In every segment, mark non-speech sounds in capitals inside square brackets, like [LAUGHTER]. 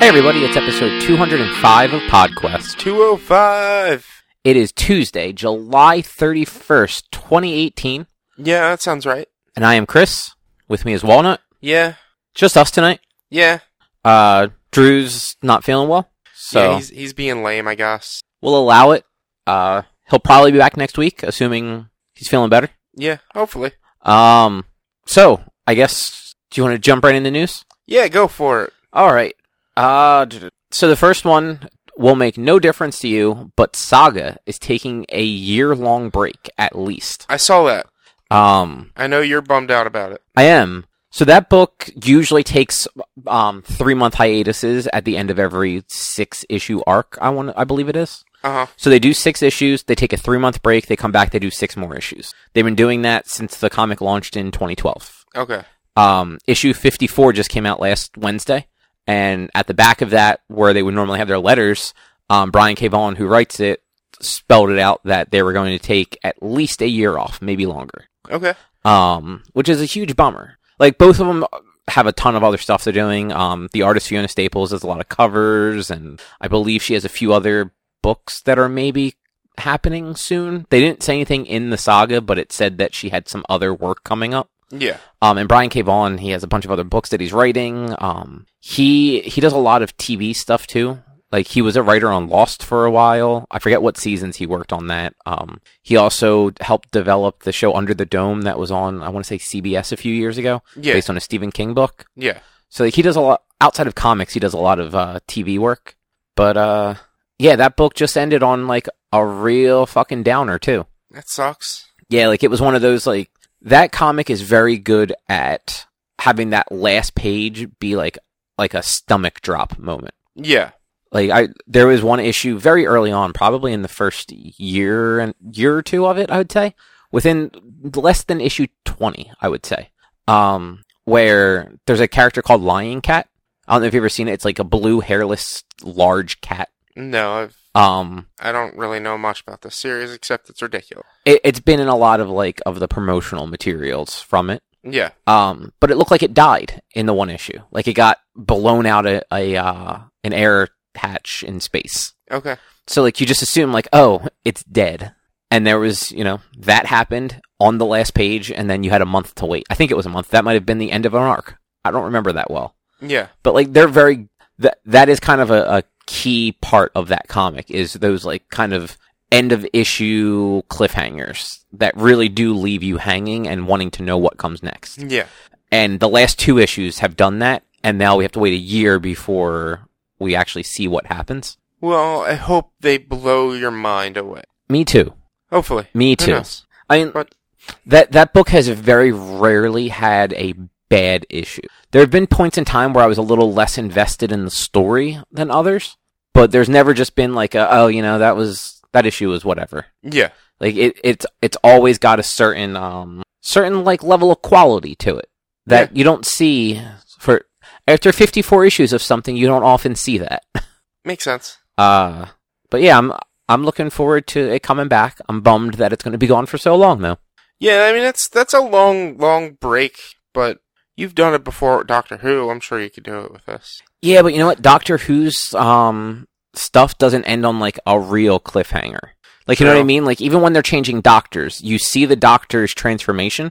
Hey everybody, it's episode 205 of PodQuest. 205. It is Tuesday, July 31st, 2018, Yeah, that sounds right. and I am Chris. With me is Walnut. Yeah. Just us tonight. Yeah. Uh, Drew's not feeling well, so yeah, he's he's being lame, I guess. we'll allow it. Uh, he'll probably be back next week, assuming he's feeling better. Yeah, hopefully. Um, so I guess do you want to jump right into news? Yeah, go for it. All right. Uh, d- d- so the first one will make no difference to you, but Saga is taking a year-long break at least. I saw that. Um, I know you're bummed out about it. I am. So that book usually takes um three-month hiatuses at the end of every six-issue arc. I want, I believe it is. Uh huh. So they do six issues. They take a three-month break. They come back. They do six more issues. They've been doing that since the comic launched in 2012. Okay. Um, issue 54 just came out last Wednesday. And at the back of that, where they would normally have their letters, um, Brian K. Vaughan, who writes it, spelled it out that they were going to take at least a year off, maybe longer. Okay. Um, which is a huge bummer. Like, both of them have a ton of other stuff they're doing. Um, the artist Fiona Staples has a lot of covers, and I believe she has a few other books that are maybe happening soon. They didn't say anything in the saga, but it said that she had some other work coming up. Yeah. Um, and Brian K. Vaughan, he has a bunch of other books that he's writing. Um, he he does a lot of TV stuff too. Like he was a writer on Lost for a while. I forget what seasons he worked on that. Um, he also helped develop the show Under the Dome that was on I want to say CBS a few years ago, Yeah. based on a Stephen King book. Yeah. So like, he does a lot outside of comics. He does a lot of uh, TV work. But uh, yeah, that book just ended on like a real fucking downer too. That sucks. Yeah, like it was one of those like that comic is very good at having that last page be like like a stomach drop moment. Yeah. Like I there was one issue very early on, probably in the first year and year or two of it, I would say, within less than issue 20, I would say. Um where there's a character called Lion Cat. I don't know if you've ever seen it. It's like a blue hairless large cat. No, I've, Um I don't really know much about this series except it's ridiculous. it, it's been in a lot of like of the promotional materials from it. Yeah. Um, but it looked like it died in the one issue. Like it got blown out a, a uh, an air hatch in space. Okay. So like you just assume like, oh, it's dead. And there was, you know, that happened on the last page, and then you had a month to wait. I think it was a month. That might have been the end of an arc. I don't remember that well. Yeah. But like they're very that that is kind of a, a key part of that comic is those like kind of end of issue cliffhangers that really do leave you hanging and wanting to know what comes next Yeah. and the last two issues have done that and now we have to wait a year before we actually see what happens Well, I hope they blow your mind away. me too Hopefully. me Who too knows? i mean But- that that book has very rarely had a bad issue there have been points in time where i was a little less invested in the story than others but there's never just been like a, oh you know that was that issue was whatever Yeah. like it, it's it's always got a certain um certain like level of quality to it that you don't see for after 54 issues of something you don't often see that. [LAUGHS] Makes sense. Uh but yeah, I'm I'm looking forward to it coming back. I'm bummed that it's going to be gone for so long though. Yeah, I mean that's that's a long, long break, but you've done it before with Doctor Who. I'm sure you could do it with this. Yeah, but you know what? Doctor Who's um stuff doesn't end on like a real cliffhanger. Like you know what I True. mean? Like even when they're changing doctors, you see the doctor's transformation,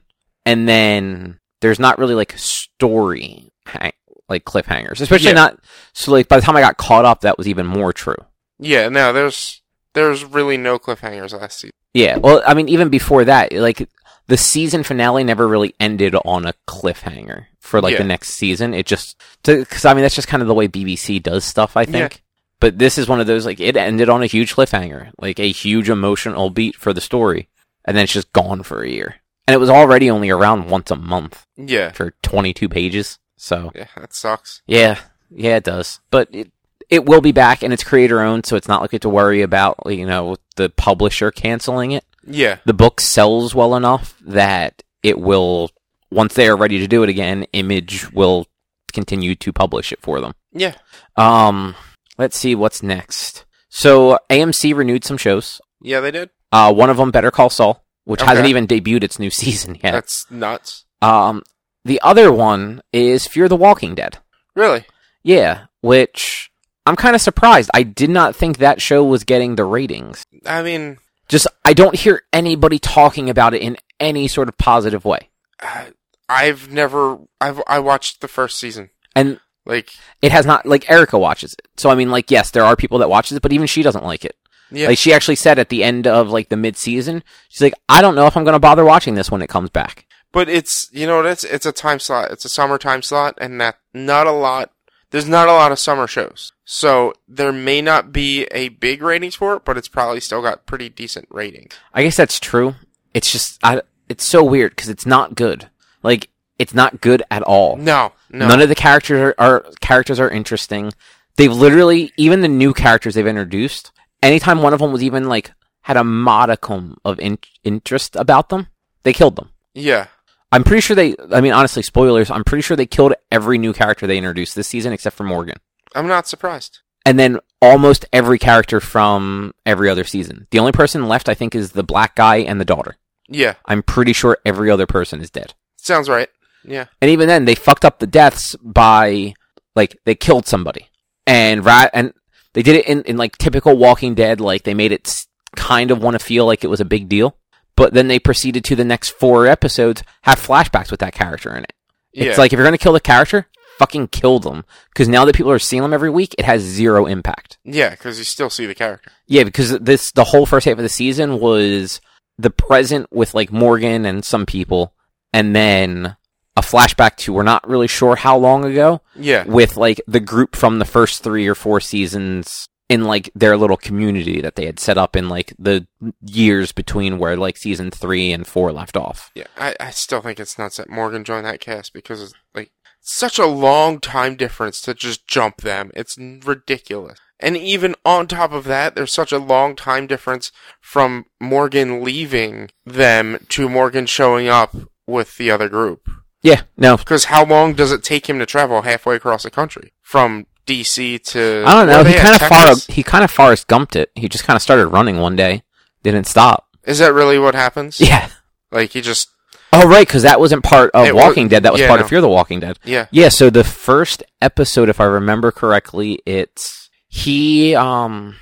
and then there's not really like story hang- like cliffhangers, especially Yeah. not. So like by the time I got caught up, that was even more true. Yeah, no, there's there's really no cliffhangers last season. Yeah. Well, I mean, even before that, like the season finale never really ended on a cliffhanger for like Yeah. the next season. It just because I mean that's just kind of the way BBC does stuff, I think. But this is one of those like it ended on a huge cliffhanger, like a huge emotional beat for the story, and then it's just gone for a year. And it was already only around once a month Yeah, for 22 pages. So yeah, that sucks. yeah, yeah, it does. But it it will be back, and it's creator owned, so it's not like we have to worry about you know the publisher canceling it Yeah, the book sells well enough that it will once they are ready to do it again image will continue to publish it for them yeah, um let's see what's next so amc renewed some shows yeah, they did. uh one of them better call saul which Okay. hasn't even debuted its new [LAUGHS] season yet That's nuts. um the other one is fear the walking dead Really? yeah which I'm kind of surprised. I did not think that show was getting the ratings. I mean, Just I don't hear anybody talking about it in any sort of positive way. uh, I've never. I've I watched the first season. And- like, It has not like Erica watches it. So I mean like yes, there are people that watches it, but even she doesn't like it. yeah, Like she actually said at the end of like the mid-season, she's like I don't know if I'm going to bother watching this when it comes back. but it's you know that's it's a time slot. It's a summer time slot, and that not a lot. There's not a lot of summer shows, so there may not be a big ratings for it, but it's probably still got pretty decent ratings. I guess that's true. It's just I, it's so weird cuz it's not good. Like it's not good at all. No, no, None of the characters are, are characters are interesting. They've literally even the new characters they've introduced. Anytime one of them was even like had a modicum of in- interest about them, they killed them. yeah, I'm pretty sure they. I mean, honestly, spoilers. I'm pretty sure they killed every new character they introduced this season except for Morgan, I'm not surprised. and then almost every character from every other season. The only person left, I think, is the black guy and the daughter. Yeah, I'm pretty sure every other person is dead. sounds right. Yeah, And even then, they fucked up the deaths by like they killed somebody, and right, and they did it in, in like typical Walking Dead, like they made it s- kind of want to feel like it was a big deal, but then they proceeded to the next four episodes have flashbacks with that character in it. yeah. It's like if you're gonna kill the character, fucking kill them, because now that people are seeing them every week, it has zero impact. Yeah, because you still see the character. Yeah, because this the whole first half of the season was the present with like Morgan and some people, and then a flashback to we're not really sure how long ago Yeah, with like the group from the first three or four seasons in like their little community that they had set up in like the years between where like season three and four left off. yeah. I, I still think it's nuts that Morgan joined that cast because it's like such a long time difference to just jump them. It's n- ridiculous. And even on top of that, there's such a long time difference from Morgan leaving them to Morgan showing up with the other group. Yeah, no, Because how long does it take him to travel halfway across the country from DC to? I don't where know. are He they at? kind of far Uh, Texas? he kind of Forrest Gumped it. He just kind of started running one day, didn't [LAUGHS] stop. Is that really what happens? Yeah. Like he just Oh right, because that wasn't part of It wa- Walking Dead. That was yeah, part no. of Fear the Walking Dead. yeah Yeah, so the first episode, if I remember correctly, it's he um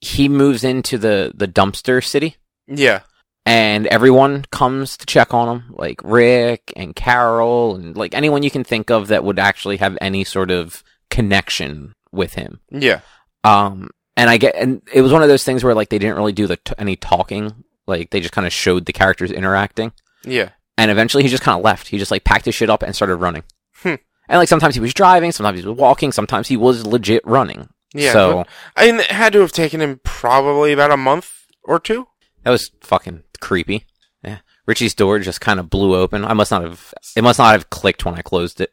he moves into the the dumpster city, yeah and everyone comes to check on him, like Rick and Carol, and like anyone you can think of that would actually have any sort of connection with him. yeah Um, and I get, and it was one of those things where like they didn't really do the t- any talking, like they just kind of showed the characters interacting. yeah And eventually, he just kind of left. He just like packed his shit up and started running. Hmm. And like sometimes he was driving, sometimes he was walking, sometimes he was legit running. yeah. so I mean, it had to have taken him probably about a month or two. that was fucking creepy. Yeah, Richie's door just kind of blew open. I must not have. It must not have clicked when I closed it.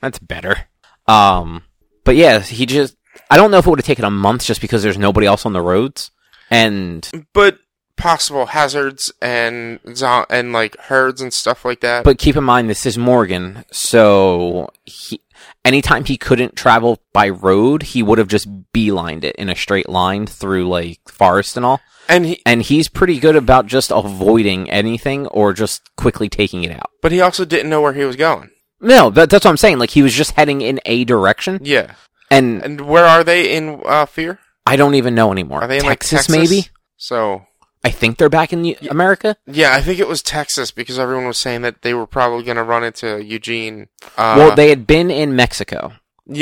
That's better. Um, but yeah, he just. I don't know if it would have taken a month just because there's nobody else on the roads. And But possible hazards and zo- and like herds and stuff like that. But keep in mind, this is Morgan, so he, anytime he couldn't travel by road, he would have just beelined it in a straight line through like forest and all. and he And he's pretty good about just avoiding anything or just quickly taking it out. but he also didn't know where he was going. No, that, that's what I'm saying. Like he was just heading in a direction, Yeah. and And where are they in uh, fear? I don't even know anymore. Are they in Texas, like Texas? maybe? So I think they're back in the, America. yeah, I think it was Texas because everyone was saying that they were probably going to run into Eugene. Uh, well, they had been in Mexico.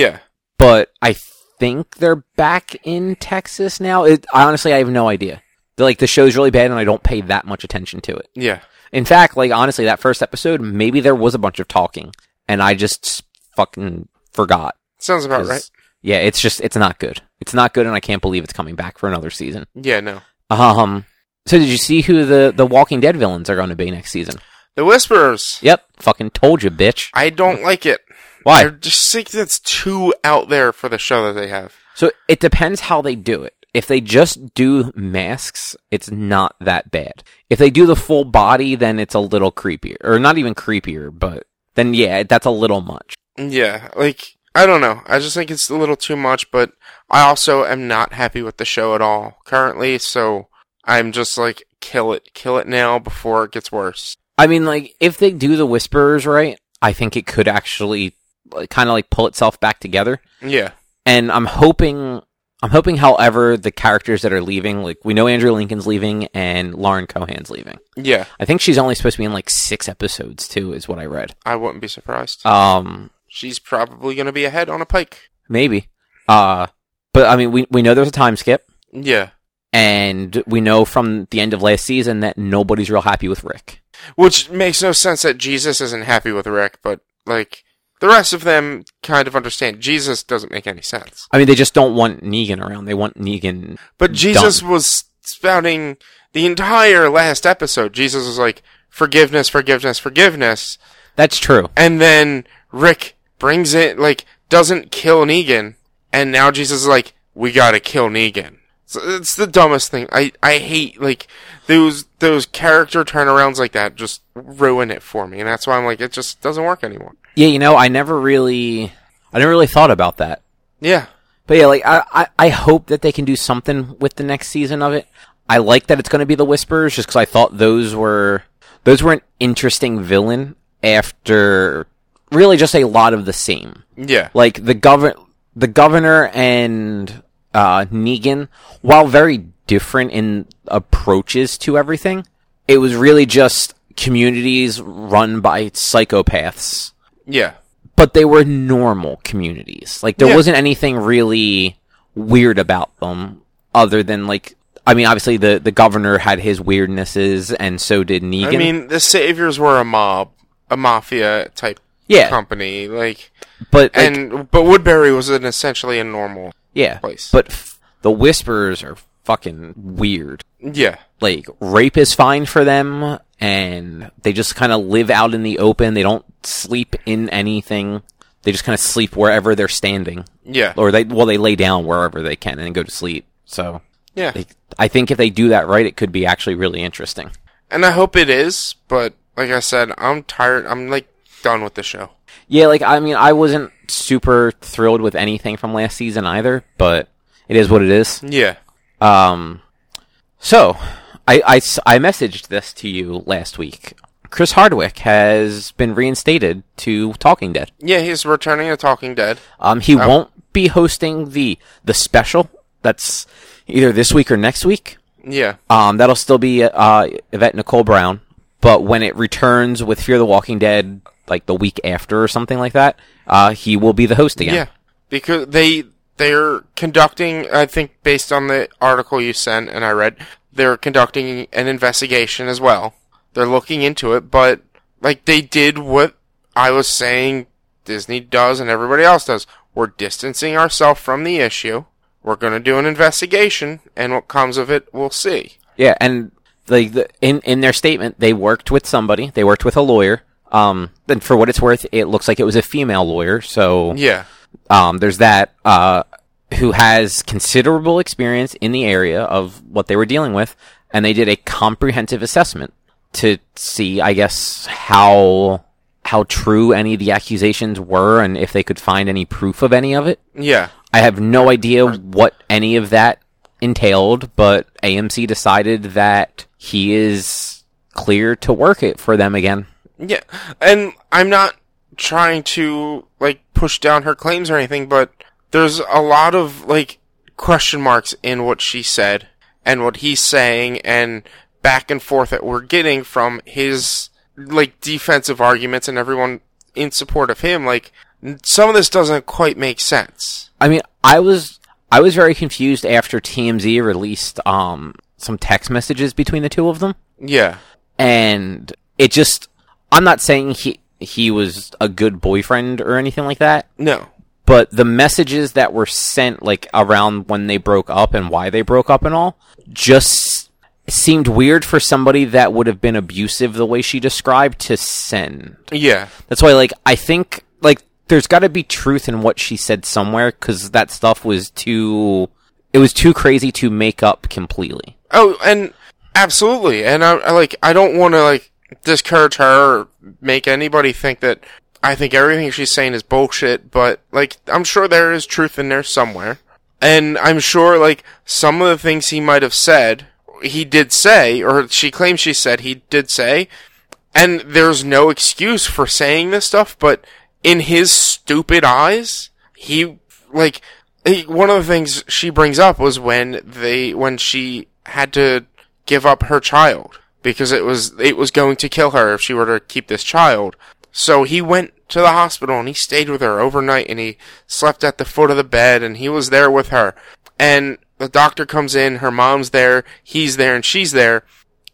yeah. but I think they're back in Texas now. It, I honestly, I have no idea. They're, like the show's really bad, and I don't pay that much attention to it. Yeah. In fact, like honestly, that first episode, maybe there was a bunch of talking, and I just s- fucking forgot. Sounds about 'Cause, right. Yeah, it's just it's not good. It's not good, and I can't believe it's coming back for another season. Yeah, no. Um, so did you see who the the Walking Dead villains are going to be next season? The Whisperers. Yep, fucking told you, bitch. I don't like it. I Why? just think that's too out there for the show that they have. So it depends how they do it. If they just do masks, it's not that bad. If they do the full body, then it's a little creepier, or not even creepier, but then yeah, that's a little much. Yeah, like I don't know. I just think it's a little too much, but I also am not happy with the show at all currently, so I'm just like kill it, kill it now before it gets worse. I mean, like if they do the whisperers right, I think it could actually like, kind of like pull itself back together. Yeah. And I'm hoping, I'm hoping, however, the characters that are leaving, like we know Andrew Lincoln's leaving and Lauren Cohan's leaving. Yeah. I think she's only supposed to be in like six episodes too, is what I read. I wouldn't be surprised. Um, She's probably going to be ahead on a pike. maybe. Uh, but I mean, we we know there's a time skip, Yeah. and we know from the end of last season that nobody's real happy with Rick. Which makes no sense that Jesus isn't happy with Rick, but, like, the rest of them kind of understand. Jesus doesn't make any sense. I mean, they just don't want Negan around. They want Negan. But Jesus Done. was spouting the entire last episode. Jesus was like, forgiveness, forgiveness, forgiveness. That's true. And then Rick brings it, like, doesn't kill Negan. And now Jesus is like, we gotta kill Negan. So it's the dumbest thing. I, I hate, like, those, those character turnarounds like that just ruin it for me. And that's why I'm like, it just doesn't work anymore. Yeah, you know, I never really, I never really thought about that. Yeah. But yeah, like I, I, I hope that they can do something with the next season of it. I like that it's going to be the Whisperers, just because I thought those were those were an interesting villain after really just a lot of the same. Yeah. Like the govern the governor and uh, Negan, while very different in approaches to everything, it was really just communities run by psychopaths Yeah. but they were normal communities. Like there Yeah. wasn't anything really weird about them other than like I mean obviously the the governor had his weirdnesses and so did Negan. I mean, the Saviors were a mob, a mafia type yeah, company. Like, but like, and but Woodbury was an essentially a normal yeah. place. But f- the whispers are fucking weird. yeah, Like rape is fine for them and they just kind of live out in the open. They don't sleep in anything. They just kind of sleep wherever they're standing yeah, or they well they lay down wherever they can and go to sleep. So yeah. They, I think if they do that right, it could be actually really interesting. And I hope it is. But like I said, I'm tired. I'm like done with the show. Yeah, like I mean, I wasn't super thrilled with anything from last season either, but it is what it is. Yeah, Um, so I, I s- I messaged this to you last week. Chris Hardwick has been reinstated to Talking Dead. yeah. He's returning to Talking Dead. Um, he won't be hosting the the special that's either this week or next week. Yeah, Um, that'll still be uh, Yvette Nicole Brown, but when it returns with Fear the Walking Dead, like the week after or something like that, uh, he will be the host again. yeah. Because they they're conducting. I think based on the article you sent and I read, they're conducting an investigation as well. They're looking into it, but like they did what I was saying Disney does and everybody else does. We're distancing ourselves from the issue. We're going to do an investigation, and what comes of it, we'll see. Yeah, and like the, in in their statement, they worked with somebody. They worked with a lawyer. Um, and for what it's worth, it looks like it was a female lawyer. So Yeah. um, there's that uh, who has considerable experience in the area of what they were dealing with, and they did a comprehensive assessment to see, I guess, how how true any of the accusations were, and if they could find any proof of any of it. Yeah. I have no idea what any of that entailed, but AMC decided that he is clear to work it for them again. Yeah, and I'm not trying to like push down her claims or anything, but there's a lot of like question marks in what she said and what he's saying and back and forth that we're getting from his like defensive arguments and everyone in support of him like n- some of this doesn't quite make sense. I mean, I was I was very confused after TMZ released um some text messages between the two of them, Yeah. and it just I'm not saying he he was a good boyfriend or anything like that, No. but the messages that were sent like around when they broke up and why they broke up and all just seemed weird for somebody that would have been abusive the way she described to send. Yeah. That's why, like, I think, like, there's got to be truth in what she said somewhere because that stuff was too, it was too crazy to make up completely. Oh, and absolutely. And I, I like I don't want to like discourage her or make anybody think that I think everything she's saying is bullshit, but like I'm sure there is truth in there somewhere. And I'm sure like some of the things he might have said, he did say or she claims she said he did say. And there's no excuse for saying this stuff, but in his stupid eyes, he like he, one of the things she brings up was when they when she had to give up her child because it was it was going to kill her if she were to keep this child. So he went to the hospital and he stayed with her overnight and he slept at the foot of the bed and he was there with her. And the doctor comes in, her mom's there, he's there and she's there.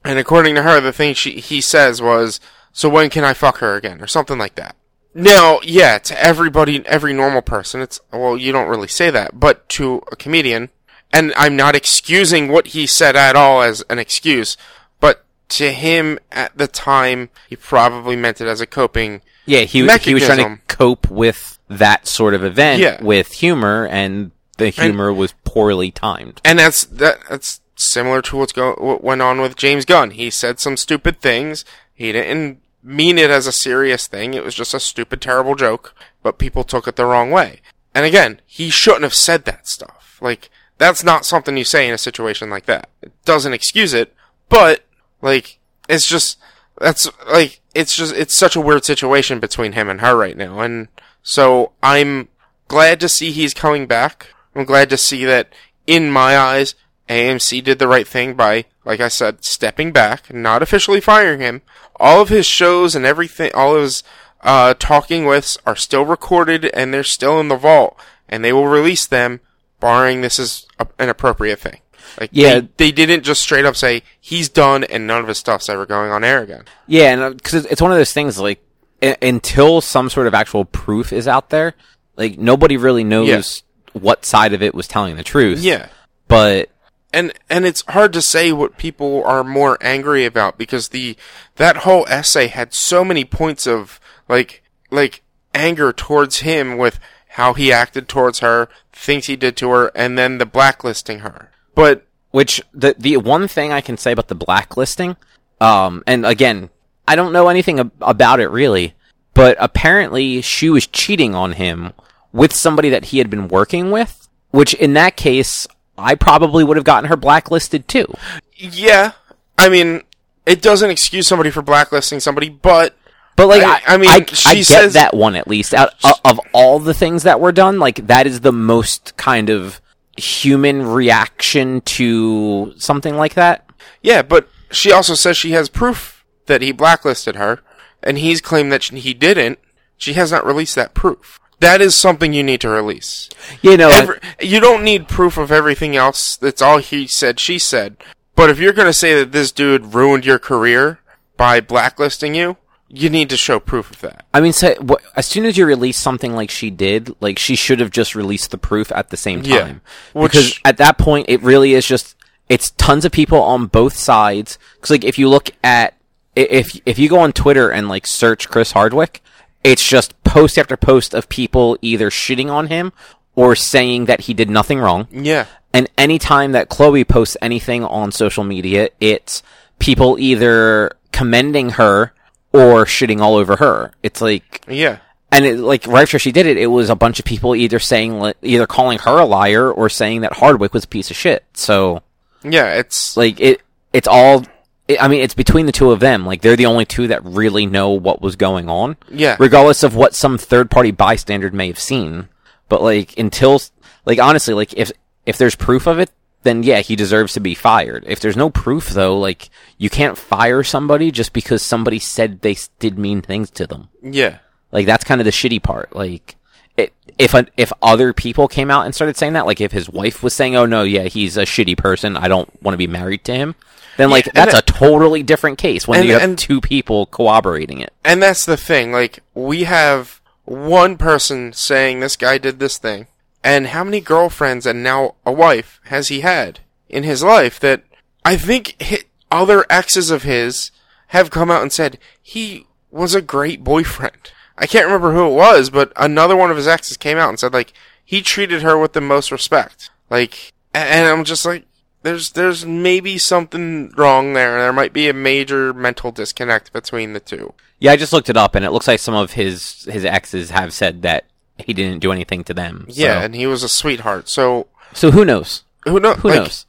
And according to her, the thing she he says was, "So when can I fuck her again?" or something like that. Now, yeah, to everybody, every normal person, it's well, you don't really say that, but to a comedian, and I'm not excusing what he said at all as an excuse, but to him at the time, he probably meant it as a coping. Yeah, he, he was trying Mechanism. to cope with that sort of event Yeah. with humor, and the humor was poorly timed. And that's that, that's similar to what's go what went on with James Gunn. He said some stupid things. He didn't mean it as a serious thing. It was just a stupid, terrible joke. But people took it the wrong way. And again, he shouldn't have said that stuff. Like that's not something you say in a situation like that. It doesn't excuse it, but like it's just that's like it's just it's such a weird situation between him and her right now. And so I'm glad to see he's coming back. I'm glad to see that, in my eyes, AMC did the right thing by, like I said, stepping back, not officially firing him. All of his shows and everything, all of his uh, talking withs are still recorded and they're still in the vault, and they will release them, barring this is a, an appropriate thing. Like, Yeah. they, they didn't just straight up say he's done and none of his stuff's ever going on air again. Yeah, and because it's one of those things like u- until some sort of actual proof is out there, like nobody really knows what side of it was telling the truth. Yeah. but and and it's hard to say what people are more angry about because the that whole essay had so many points of like like anger towards him with how he acted towards her, things he did to her, and then the blacklisting her. But which the the one thing I can say about the blacklisting, um, and again, I don't know anything ab- about it really, but apparently she was cheating on him with somebody that he had been working with, which in that case, I probably would have gotten her blacklisted too. yeah, I mean, it doesn't excuse somebody for blacklisting somebody, but But like, I, I- I mean, mean, I, she I get says- that one at least. Out o- of all the things that were done, like that is the most kind of human reaction to something like that. Yeah, but she also says she has proof that he blacklisted her, and he's claimed that she- he didn't. She has not released that proof. That is something you need to release. You know, Every, you don't need proof of everything else. That's all he said, she said. But if you're going to say that this dude ruined your career by blacklisting you, you need to show proof of that. I mean, so, wh- as soon as you release something like she did, like she should have just released the proof at the same Yeah. time. Which- Because at that point, it really is just it's tons of people on both sides. Because like if you look at i- if if you go on Twitter and like search Chris Hardwick, it's just post after post of people either shitting on him or saying that he did nothing wrong. Yeah. And anytime that Chloe posts anything on social media, it's people either commending her or shitting all over her. It's like, Yeah. and it, like right after she did it, it was a bunch of people either saying, li- either calling her a liar or saying that Hardwick was a piece of shit. So Yeah, it's like it, it's all. It, I mean, it's between the two of them. Like they're the only two that really know what was going on. Yeah. Regardless of what some third party bystander may have seen, but like until like honestly, like if if there's proof of it, then yeah, he deserves to be fired. If there's no proof though, like you can't fire somebody just because somebody said they s- did mean things to them. yeah. Like that's kind of the shitty part. Like it, if a, if other people came out and started saying that, like if his wife was saying, "Oh no, yeah, he's a shitty person. I don't want to be married to him," then like and that's a totally different case when and- you have and- two people corroborating it. And that's the thing. Like, we have one person saying this guy did this thing. And how many girlfriends and now a wife has he had in his life that I think hi other exes of his have come out and said he was a great boyfriend. I can't remember who it was, but another one of his exes came out and said like he treated her with the most respect. Like, a- and I'm just like, there's there's maybe something wrong there, and there might be a major mental disconnect between the two. Yeah, I just looked it up, and it looks like some of his his exes have said that he didn't do anything to them. So, Yeah, and he was a sweetheart. So So who knows? who, know, Who like, knows?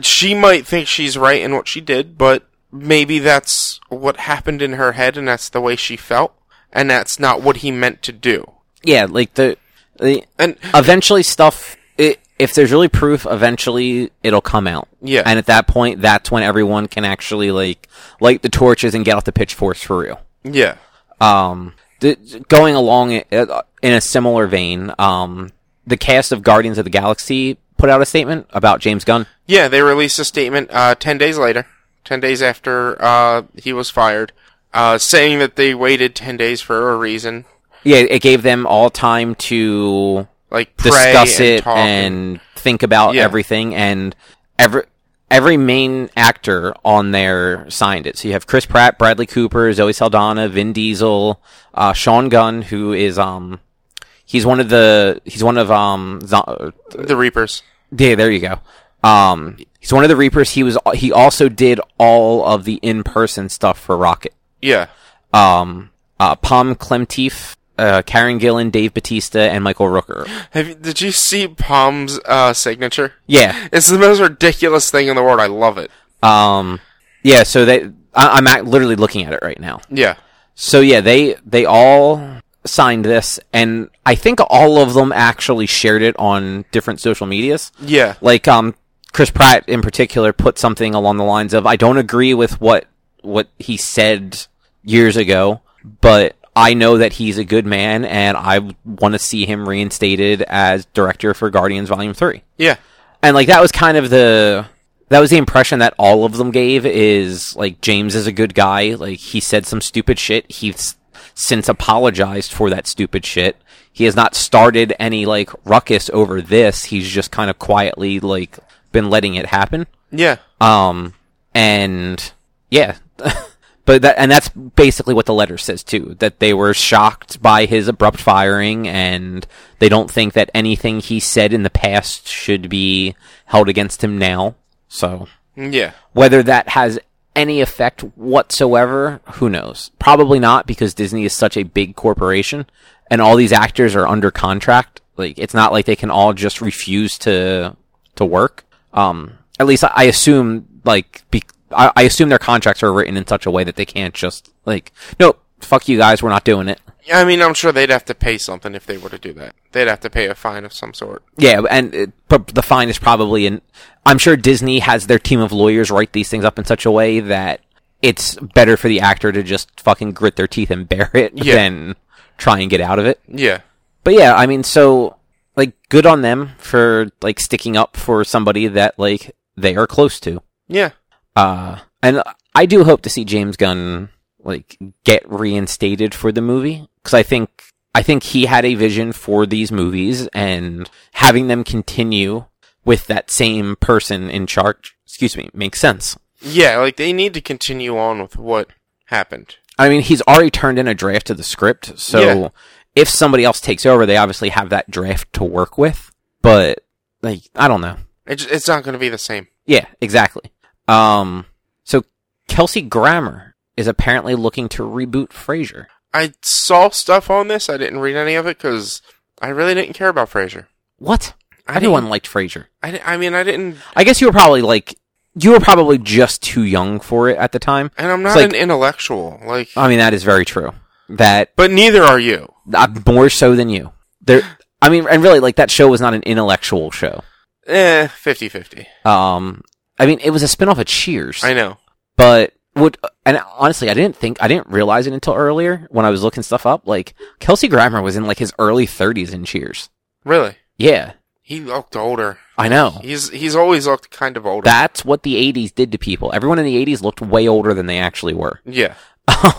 She might think she's right in what she did, but maybe that's what happened in her head, and that's the way she felt. and that's not what he meant to do. Yeah, like the, the And eventually stuff. i if there's really proof, eventually it'll come out. Yeah. and at that point, that's when everyone can actually like light the torches and get off the pitchforks for real. yeah, um the, going along i- in a similar vein um the cast of guardians of the galaxy put out a statement about james gunn yeah, they released a statement uh, ten days later, ten days after uh, he was fired, uh, saying that they waited ten days for a reason, yeah it gave them all time to like pray discuss and it talk and think about Yeah. everything and every every main actor on there signed it so you have chris pratt bradley cooper zoe saldana vin diesel uh sean gunn who is um he's one of the he's one of um zo- the Reapers. Yeah, there you go. Um, he's one of the Reapers. He was. He also did all of the in-person stuff for Rocket. Yeah, Um, uh, Pom Klemtief, uh, Karen Gillan, Dave Batista, and Michael [GASPS] Rooker. Have you, did you see Palm's uh, signature? Yeah. It's the most ridiculous thing in the world. I love it. Um, yeah. So they, I, I'm act- literally looking at it right now. Yeah, So yeah, they they all signed this, and I think all of them actually shared it on different social medias. yeah, like um Chris Pratt in particular put something along the lines of I don't agree with what what he said years ago, but I know that he's a good man and I want to see him reinstated as director for Guardians Volume 3. yeah, And like that was kind of the that was the impression that all of them gave is like James is a good guy, like he said some stupid shit, he's since apologized for that stupid shit. He has not started any like ruckus over this. He's just kind of quietly like been letting it happen. yeah. Um and yeah. [LAUGHS] but that and that's basically what the letter says too, that they were shocked by his abrupt firing and they don't think that anything he said in the past should be held against him now. So Yeah. whether that has any effect whatsoever, who knows? Probably not because Disney is such a big corporation and all these actors are under contract. Like it's not like they can all just refuse to to work. Um at least I, I assume like be, I, I assume their contracts are written in such a way that they can't just like no, fuck you guys, we're not doing it. I mean, I'm sure they'd have to pay something if they were to do that. They'd have to pay a fine of some sort. Yeah, and it, but the fine is probably in. I'm sure Disney has their team of lawyers write these things up in such a way that it's better for the actor to just fucking grit their teeth and [LAUGHS] bear it Yeah. than try and get out of it. Yeah. But yeah, I mean, so like, good on them for like sticking up for somebody that like they are close to. Yeah. Uh, and I do hope to see James Gunn like get reinstated for the movie because I think I think he had a vision for these movies and having them continue with that same person in charge. Excuse me, makes sense. Yeah, like they need to continue on with what happened. I mean, he's already turned in a draft of the script, so Yeah. if somebody else takes over, they obviously have that draft to work with. But like, I don't know. It ju- it's not going to be the same. Yeah, exactly. Um, so Kelsey Grammer is apparently looking to reboot Frasier. I saw stuff on this. I didn't read any of it because I really didn't care about Frasier. What? I Everyone didn't- liked Frasier. I, di- I mean, I didn't. I guess you were probably like you were probably just too young for it at the time. And I'm It's not like- Uh, an intellectual. Like, I mean, that is very true. That but neither are you. uh, more so than you. There, I mean, and really, like that show was not an intellectual show. Eh, 50 50. Um, I mean, it was a spinoff of Cheers, I know. but would and honestly, I didn't think I didn't realize it until earlier when I was looking stuff up. Like Kelsey Grammer was in like his early 30s in Cheers. Really. Yeah, He looked older. I know. He's he's always looked kind of older. That's what the 80s did to people. Everyone in the 80s looked way older than they actually were. yeah.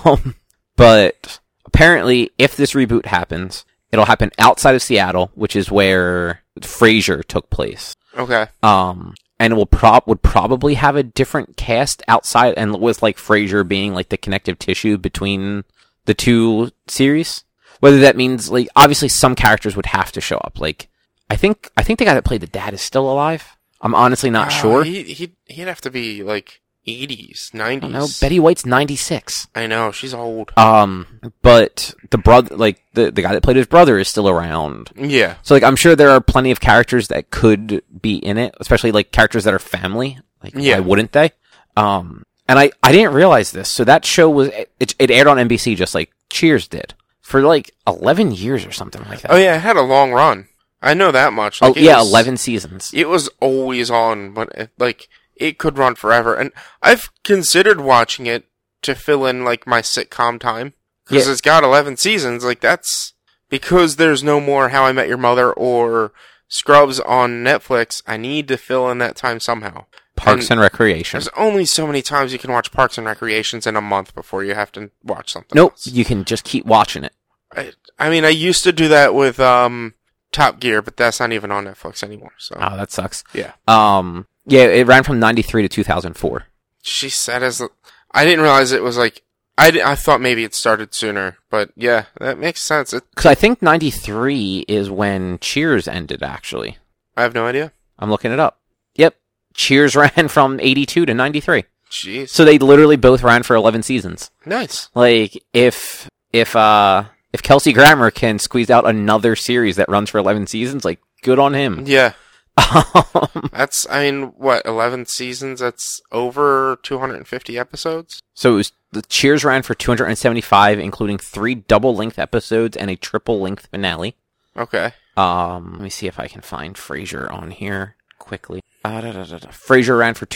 Um, but apparently, if this reboot happens, it'll happen outside of Seattle, which is where Frasier took place. Okay. Um, and it will prob would probably have a different cast outside, and with like Frasier being like the connective tissue between the two series. Whether that means like obviously some characters would have to show up. Like I think I think the guy that played the dad is still alive. I'm honestly not Ah, sure. He he he'd have to be like 80s, 90s. I don't know. Betty White's 96. I know she's old. Um, but the brother, like the the guy that played his brother, is still around. Yeah. So like, I'm sure there are plenty of characters that could be in it, especially like characters that are family. Like, Yeah. why wouldn't they? Um, and I I didn't realize this. So that show was it, it aired on NBC just like Cheers did. for like 11 years or something like that. Oh yeah, it had a long run. I know that much. Oh, Like, it yeah, was- 11 seasons. It was always on, but it, like it could run forever. And I've considered watching it to fill in like my sitcom time because Yeah. it's got eleven seasons. Like that's because there's no more How I Met Your Mother or Scrubs on Netflix. I need to fill in that time somehow. Parks and Recreation. There's only so many times you can watch Parks and Recreations in a month before you have to watch something. Nope, else. you can just keep watching it. I, I mean, I used to do that with um Top Gear, but that's not even on Netflix anymore. So Oh, that sucks. yeah, Um, yeah, it ran from 93 to 2004. she said as I didn't realize it was like I, di- I thought maybe it started sooner, but yeah, that makes sense. It, Because I think 93 is when Cheers ended, actually. I have no idea. I'm looking it up. Yep. Cheers [LAUGHS] ran from 82 to 93. Jeez, So they literally both ran for 11 seasons. nice. Like if if uh if Kelsey Grammer can squeeze out another series that runs for 11 seasons, like good on him. [LAUGHS] Yeah, Um, that's I mean, what eleven seasons? That's over two hundred and fifty episodes. so it was, the Cheers ran for 275 including 3 double-length episodes and a triple-length finale. Okay, Um let me see if I can find Frasier on here quickly. Uh, da, da, da, da. Frasier ran for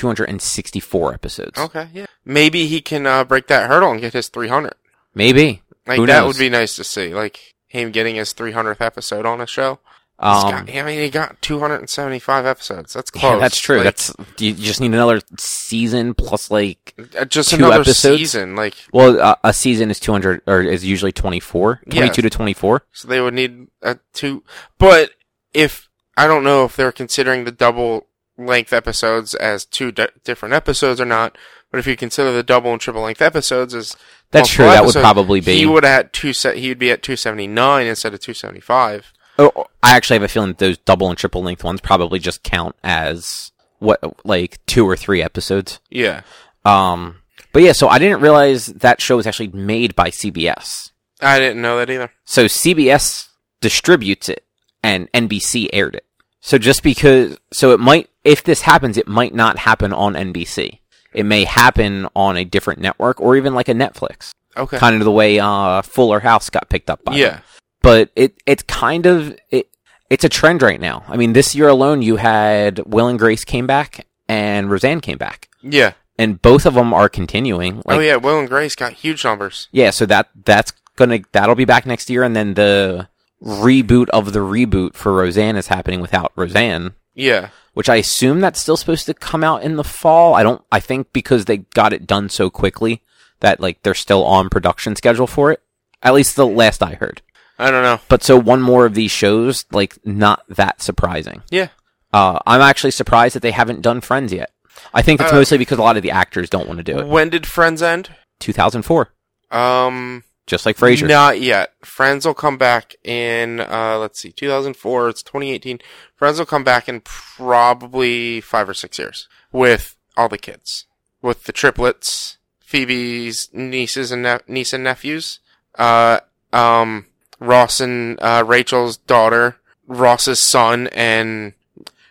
264 episodes. okay, yeah. Maybe he can uh, break that hurdle and get his three hundred. Maybe. Like Who that knows? would be nice to see. Like him getting his three hundredth episode on a show. He's Um, got- I mean, he got 275 episodes. That's [LAUGHS] yeah, close. that's true. Like, that's you you just need another season plus like uh, just two another episodes. season. Like, Well, uh, a season is 200 or is usually 24, 22 Yeah. to 24. so they would need a two. But if I don't know if they're considering the double length episodes as two di- different episodes or not. But if you consider the double and triple length episodes as That's true. multiple That would episodes, probably be. he would at two. Se- he would be at 279 instead of 275. oh, I actually have a feeling that those double and triple length ones probably just count as what like two or three episodes. Yeah. Um, but yeah, so I didn't realize that show was actually made by CBS. I didn't know that either. So CBS distributes it and NBC aired it. So just because, so it might, if this happens, it might not happen on NBC. It may happen on a different network or even like a Netflix. Okay. kind of the way uh, Fuller House got picked up by. them. Yeah. but it it's kind of it it's a trend right now. I mean, this year alone, you had Will and Grace came back and Roseanne came back, Yeah. and both of them are continuing. Like, oh yeah. Will and Grace got huge numbers. yeah, so that that's gonna that'll be back next year, and then the reboot of the reboot for Roseanne is happening without Roseanne. Yeah. Which I assume that's still supposed to come out in the fall. I don't. I think because they got it done so quickly that like they're still on production schedule for it. At least the last I heard. I don't know. But so one more of these shows, like not that surprising. Yeah. Uh, I'm actually surprised that they haven't done Friends yet. I think it's Uh, mostly because a lot of the actors don't want to do it. When did Friends end? 2004, Um, just like Frasier. Not yet. Friends will come back in, uh, let's see, 2004, it's 2018. Friends will come back in probably five or six years with all the kids, with the triplets, Phoebe's nieces and ne- niece and nephews, uh, um, Ross and uh, Rachel's daughter, Ross's son, and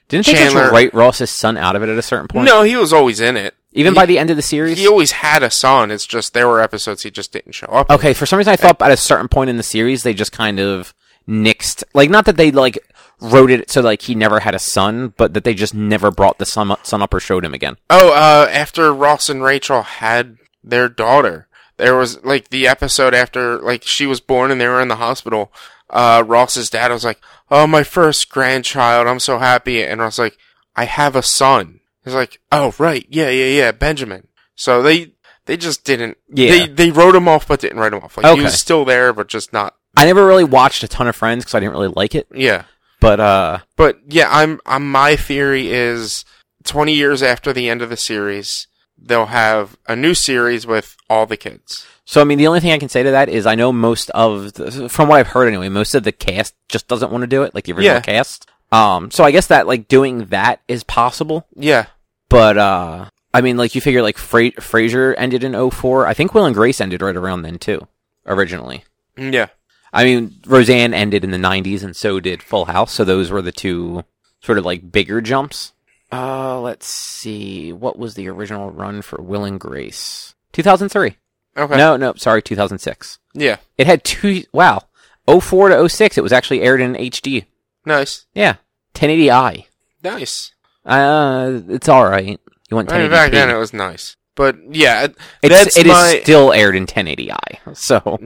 Didn't they just Chandler- write Ross's son out of it at a certain point? no, he was always in it. Even he- by the end of the series. He always had a son. It's just there were episodes he just didn't show up. okay, for some reason I thought at a certain point in the series they just kind of nixed, like not that they like wrote it so like he never had a son, but that they just never brought the son up, son up or showed him again. Oh, uh, after Ross and Rachel had their daughter, there was like the episode after like she was born and they were in the hospital. Uh, Ross's dad was like, "Oh, my first grandchild! I'm so happy!" And I was like, "I have a son." He's like, "Oh, right, yeah, yeah, yeah, Benjamin." So they they just didn't. Yeah. They they wrote him off, but didn't write him off. Like Okay. he was still there, but just not. I never really watched a ton of Friends because I didn't really like it, Yeah. but uh, But yeah, I'm, I'm my theory is 20 years after the end of the series, they'll have a new series with all the kids. So I mean, the only thing I can say to that is I know most of, the, from what I've heard anyway, most of the cast just doesn't want to do it, like the original Yeah. cast. Um, so I guess that like doing that is possible, Yeah. but uh, I mean, like you figure like Fra- Frasier ended in 04. I think Will and Grace ended right around then too, originally. Mm, Yeah. I mean, Roseanne ended in the 90s, and so did Full House. So those were the two sort of like bigger jumps. Uh, let's see, what was the original run for Will and Grace? 2003. Okay. No, no, sorry, 2006. Yeah. It had two. Wow, 04 to 06. It was actually aired in HD. Nice. Yeah, 1080i. Nice. Uh, it's all right. You want I mean, back then it 1080p? was nice, but yeah, E It's, that's it is my still aired in 1080i. So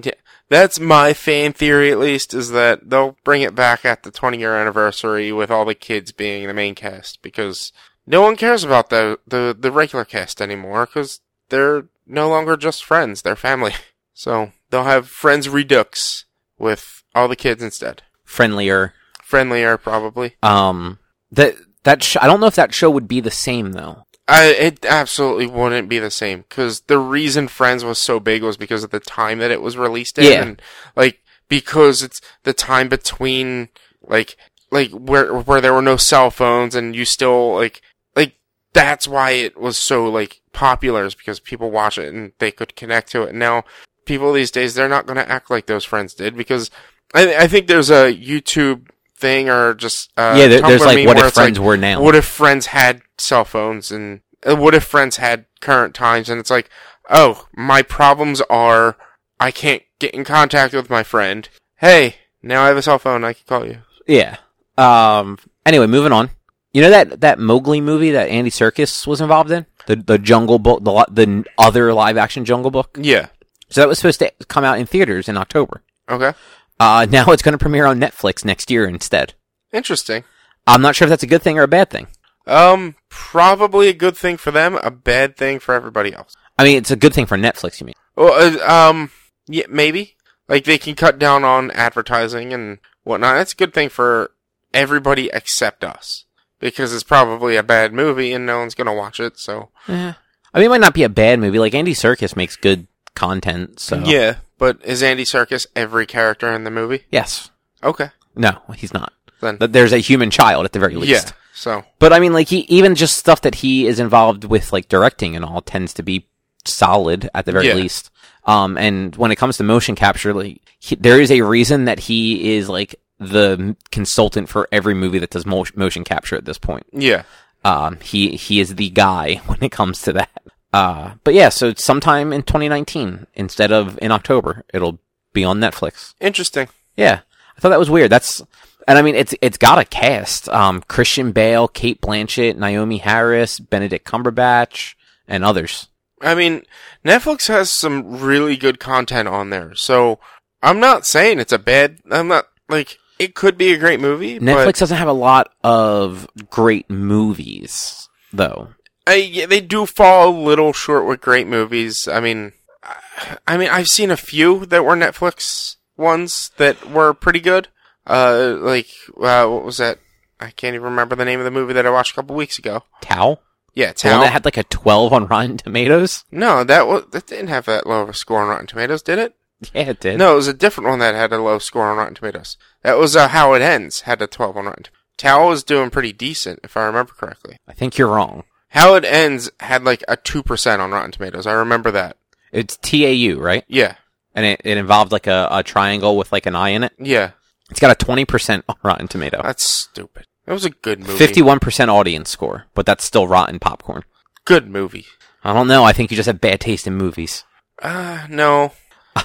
that's my fan theory. At least is that they'll bring it back at the 20 year anniversary with all the kids being the main cast because no one cares about the the the regular cast anymore because they're no longer just friends; they're family. [LAUGHS] So they'll have friends redux with all the kids instead. friendlier. Friendlier, probably. Um, that that sh- I don't know if that show would be the same though. I it absolutely wouldn't be the same because the reason Friends was so big was because of the time that it was released in, Yeah. and like because it's the time between like like where where there were no cell phones and you still like like that's why it was so like popular is because people watch it and they could connect to it. Now people these days they're not going to act like those Friends did because I I think there's a YouTube thing or just uh, yeah, there, there's Tumblr like meme what where if it's, like, friends were now. what if friends had cell phones and uh, what if friends had current times and it's like, oh, my problems are I can't get in contact with my friend. Hey, now I have a cell phone. I can call you. Yeah. Um. Anyway, moving on. You know that that Mowgli movie that Andy Serkis was involved in the the Jungle Book the li- the other live action Jungle Book. Yeah. So that was supposed to come out in theaters in October. Okay. Uh, [LAUGHS] now it's going to premiere on Netflix next year instead. Interesting. I'm not sure if that's a good thing or a bad thing. Um, probably a good thing for them, a bad thing for everybody else. I mean, it's a good thing for Netflix. You mean? Well, uh, um, yeah, maybe like they can cut down on advertising and whatnot. That's a good thing for everybody except us because it's probably a bad movie and no one's gonna watch it. So Yeah. I mean, it might not be a bad movie. Like Andy Serkis makes good content. So Yeah, but is Andy Serkis every character in the movie? Yes. Okay, No, he's not. then But There's a human child at the very least. yeah. So But I mean, like he even just stuff that he is involved with, like directing and all, tends to be solid at the very Yeah. least. Um, and when it comes to motion capture, like he, there is a reason that he is like the m- consultant for every movie that does mo- motion capture at this point. yeah, Um, he he is the guy [LAUGHS] when it comes to that. Uh, but yeah, so it's sometime in 2019 instead of in October, it'll be on Netflix. interesting. Yeah, I thought that was weird. That's and I mean it's it's got a cast: um, Christian Bale, Kate Blanchett, Naomi Harris, Benedict Cumberbatch, and others. I mean, Netflix has some really good content on there, so I'm not saying it's a bad. I'm not like it could be a great movie. Netflix But doesn't have a lot of great movies, though. I, yeah, they do fall a little short with great movies. I mean, I- I mean, I've seen a few that were Netflix ones that were pretty good. Uh, like uh, what was that? I can't even remember the name of the movie that I watched a couple weeks ago. Tao, Yeah, the one Town. that had like a twelve on Rotten Tomatoes. [LAUGHS] No, that was that didn't have that low of a score on Rotten Tomatoes, did it? Yeah, it did. No, it was a different one that had a low score on Rotten Tomatoes. That was uh, How It Ends had a 12 on Rotten. Tomatoes. Tao was doing pretty decent, if I remember correctly. I think you're wrong. How It Ends had like a two percent on Rotten Tomatoes. I remember that. It's Tau, right? Yeah, And it, it involved like a, a triangle with like an eye in it. yeah, It's got a twenty percent [LAUGHS] on Rotten Tomato, that's stupid. That was a good movie. fifty-one percent audience score, but that's still rotten popcorn. good movie. I don't know. I think you just have bad taste in movies. [LAUGHS] Uh, no,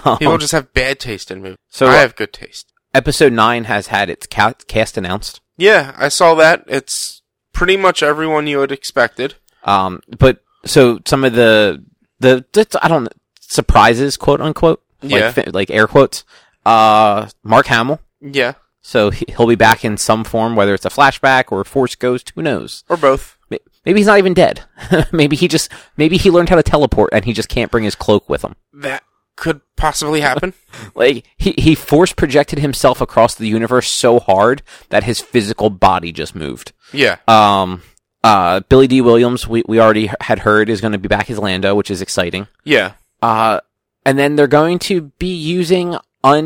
Um, people just have bad taste in movies. so I have good taste. episode nine has had its ca- cast announced, Yeah, I saw that. It's pretty much everyone you had expected. um, but so some of the the that's- I don't surprises quote unquote like, Yeah. fi- like air quotes. Uh, Mark Hamill. Yeah, So he- he'll be back in some form, whether it's a flashback or a Force Ghost. Who knows? or both. May- Maybe he's not even dead. [LAUGHS] maybe he just maybe he learned how to teleport and he just can't bring his cloak with him. That could possibly happen. Like he he force projected himself across the universe so hard that his physical body just moved. yeah. Um, uh, Billy D. Williams, we, we already had heard is going to be back as Lando, which is exciting. Yeah. Uh, and then they're going to be using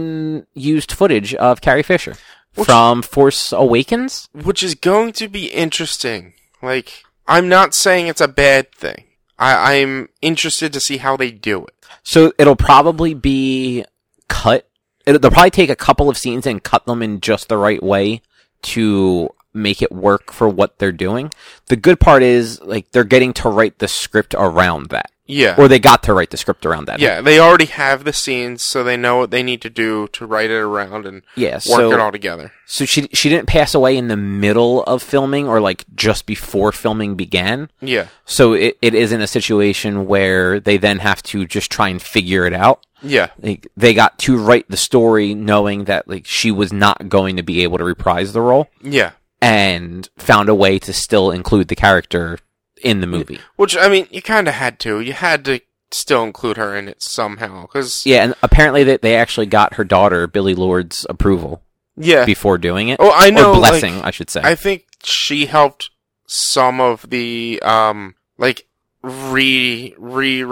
unused footage of Carrie Fisher Which- from Force Awakens. Which is going to be interesting. Like, I'm not saying it's a bad thing. I, I'm interested to see how they do it. So it'll probably be cut. It'll, they'll probably take a couple of scenes and cut them in just the right way to make it work for what they're doing. The good part is like they're getting to write the script around that, Yeah. or they got to write the script around that. yeah, they already have the scenes, so they know what they need to do to write it around and yeah. work So it all together. so she she didn't pass away in the middle of filming or like just before filming began. Yeah. So it, it isn't a situation where they then have to just try and figure it out. Yeah. Like they got to write the story knowing that like she was not going to be able to reprise the role Yeah. and found a way to still include the character in the movie. Which I mean, you kind of had to. You had to still include her in it somehow cuz Yeah, and apparently that they actually got her daughter Billy Lord's approval yeah. before doing it. Oh, I know or like, blessing, I should say. I think she helped some of the um like re re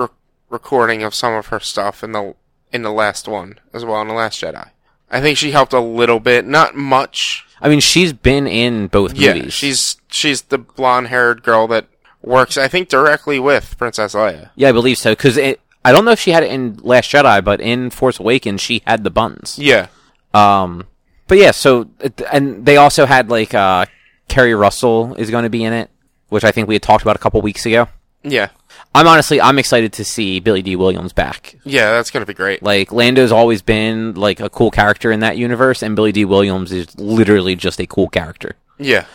recording of some of her stuff in the in the last one as well in the last Jedi. I think she helped a little bit, not much. I mean, she's been in both Yeah, movies. she's she's the blonde haired girl that works, I think, directly with Princess Leia. yeah, I believe so because it. I don't know if she had it in Last Jedi, but in Force Awakens she had the buns. Yeah, Um, but yeah, so it- and they also had like uh, Carrie Russell is going to be in it, which I think we had talked about a couple weeks ago. yeah, I'm honestly, I'm excited to see Billy D. Williams back. yeah. That's gonna be great. Like Lando's always been like a cool character in that universe, and Billy D. Williams is literally just a cool character. Yeah,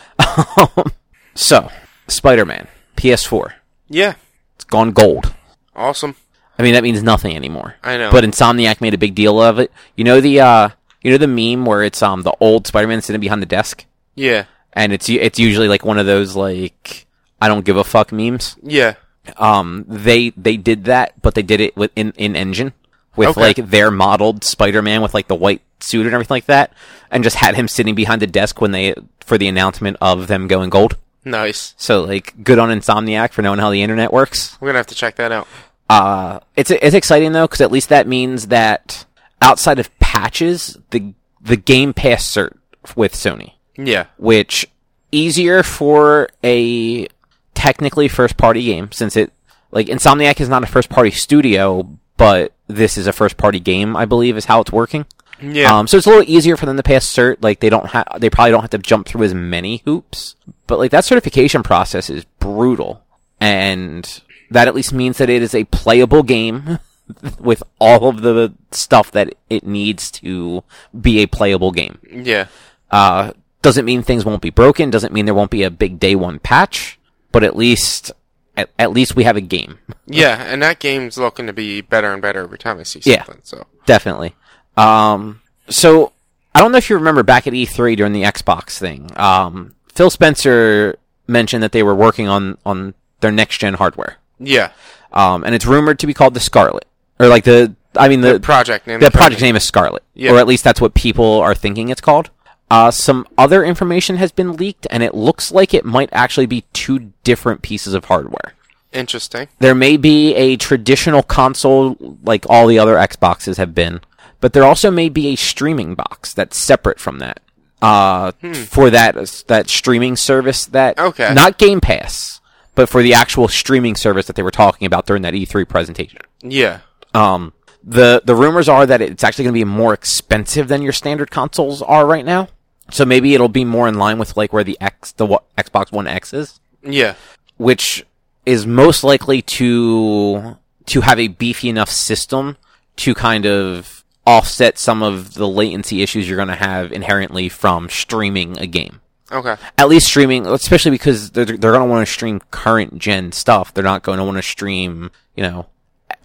so, Spider-Man, PS4, yeah. it's gone gold. Awesome. I mean, that means nothing anymore. I know. But Insomniac made a big deal of it. You know the uh, you know the meme where it's um the old Spider-Man sitting behind the desk. Yeah, and it's it's usually like one of those like I don't give a fuck memes. yeah, Um, they they did that, but they did it with in, in engine with Okay. like their modeled Spider Man with like the white suit and everything like that, and just had him sitting behind the desk when they for the announcement of them going gold. nice. So like good on Insomniac for knowing how the internet works. We're gonna have to check that out. Uh, it's it's exciting though because at least that means that outside of patches, the the Game Pass cert with Sony Yeah, which easier for a technically first party game since it like Insomniac is not a first party studio, but this is a first party game, I believe is how it's working. yeah, Um so it's a little easier for them to pass cert, like they don't have they probably don't have to jump through as many hoops. But like that certification process is brutal and that at least means that it is a playable game [LAUGHS] with all of the stuff that it needs to be a playable game. yeah, Uh, doesn't mean things won't be broken. Doesn't mean there won't be a big day one patch. But at least, at, at least we have a game. [LAUGHS] yeah. And that game's looking to be better and better every time I see Yeah. something. So Definitely. Um, so I don't know if you remember back at E3 during the Xbox thing. Um, Phil Spencer mentioned that they were working on on their next gen hardware. yeah, Um, and it's rumored to be called the Scarlet, or like the I mean the project name. The project name is Scarlet, Yeah. or at least that's what people are thinking it's called. Uh, some other information has been leaked, and it looks like it might actually be two different pieces of hardware. Interesting. There may be a traditional console, like all the other Xboxes have been, but there also may be a streaming box that's separate from that. Uh, for that that streaming service that Hmm. Okay. not Game Pass, but for the actual streaming service that they were talking about during that E3 presentation. Yeah, Um, the the rumors are that it's actually going to be more expensive than your standard consoles are right now. So maybe it'll be more in line with like where the X the wa- Xbox One X is, yeah, which is most likely to to have a beefy enough system to kind of offset some of the latency issues you're going to have inherently from streaming a game. okay, At least streaming, especially because they're they're going to want to stream current gen stuff. They're not going to want to stream, you know,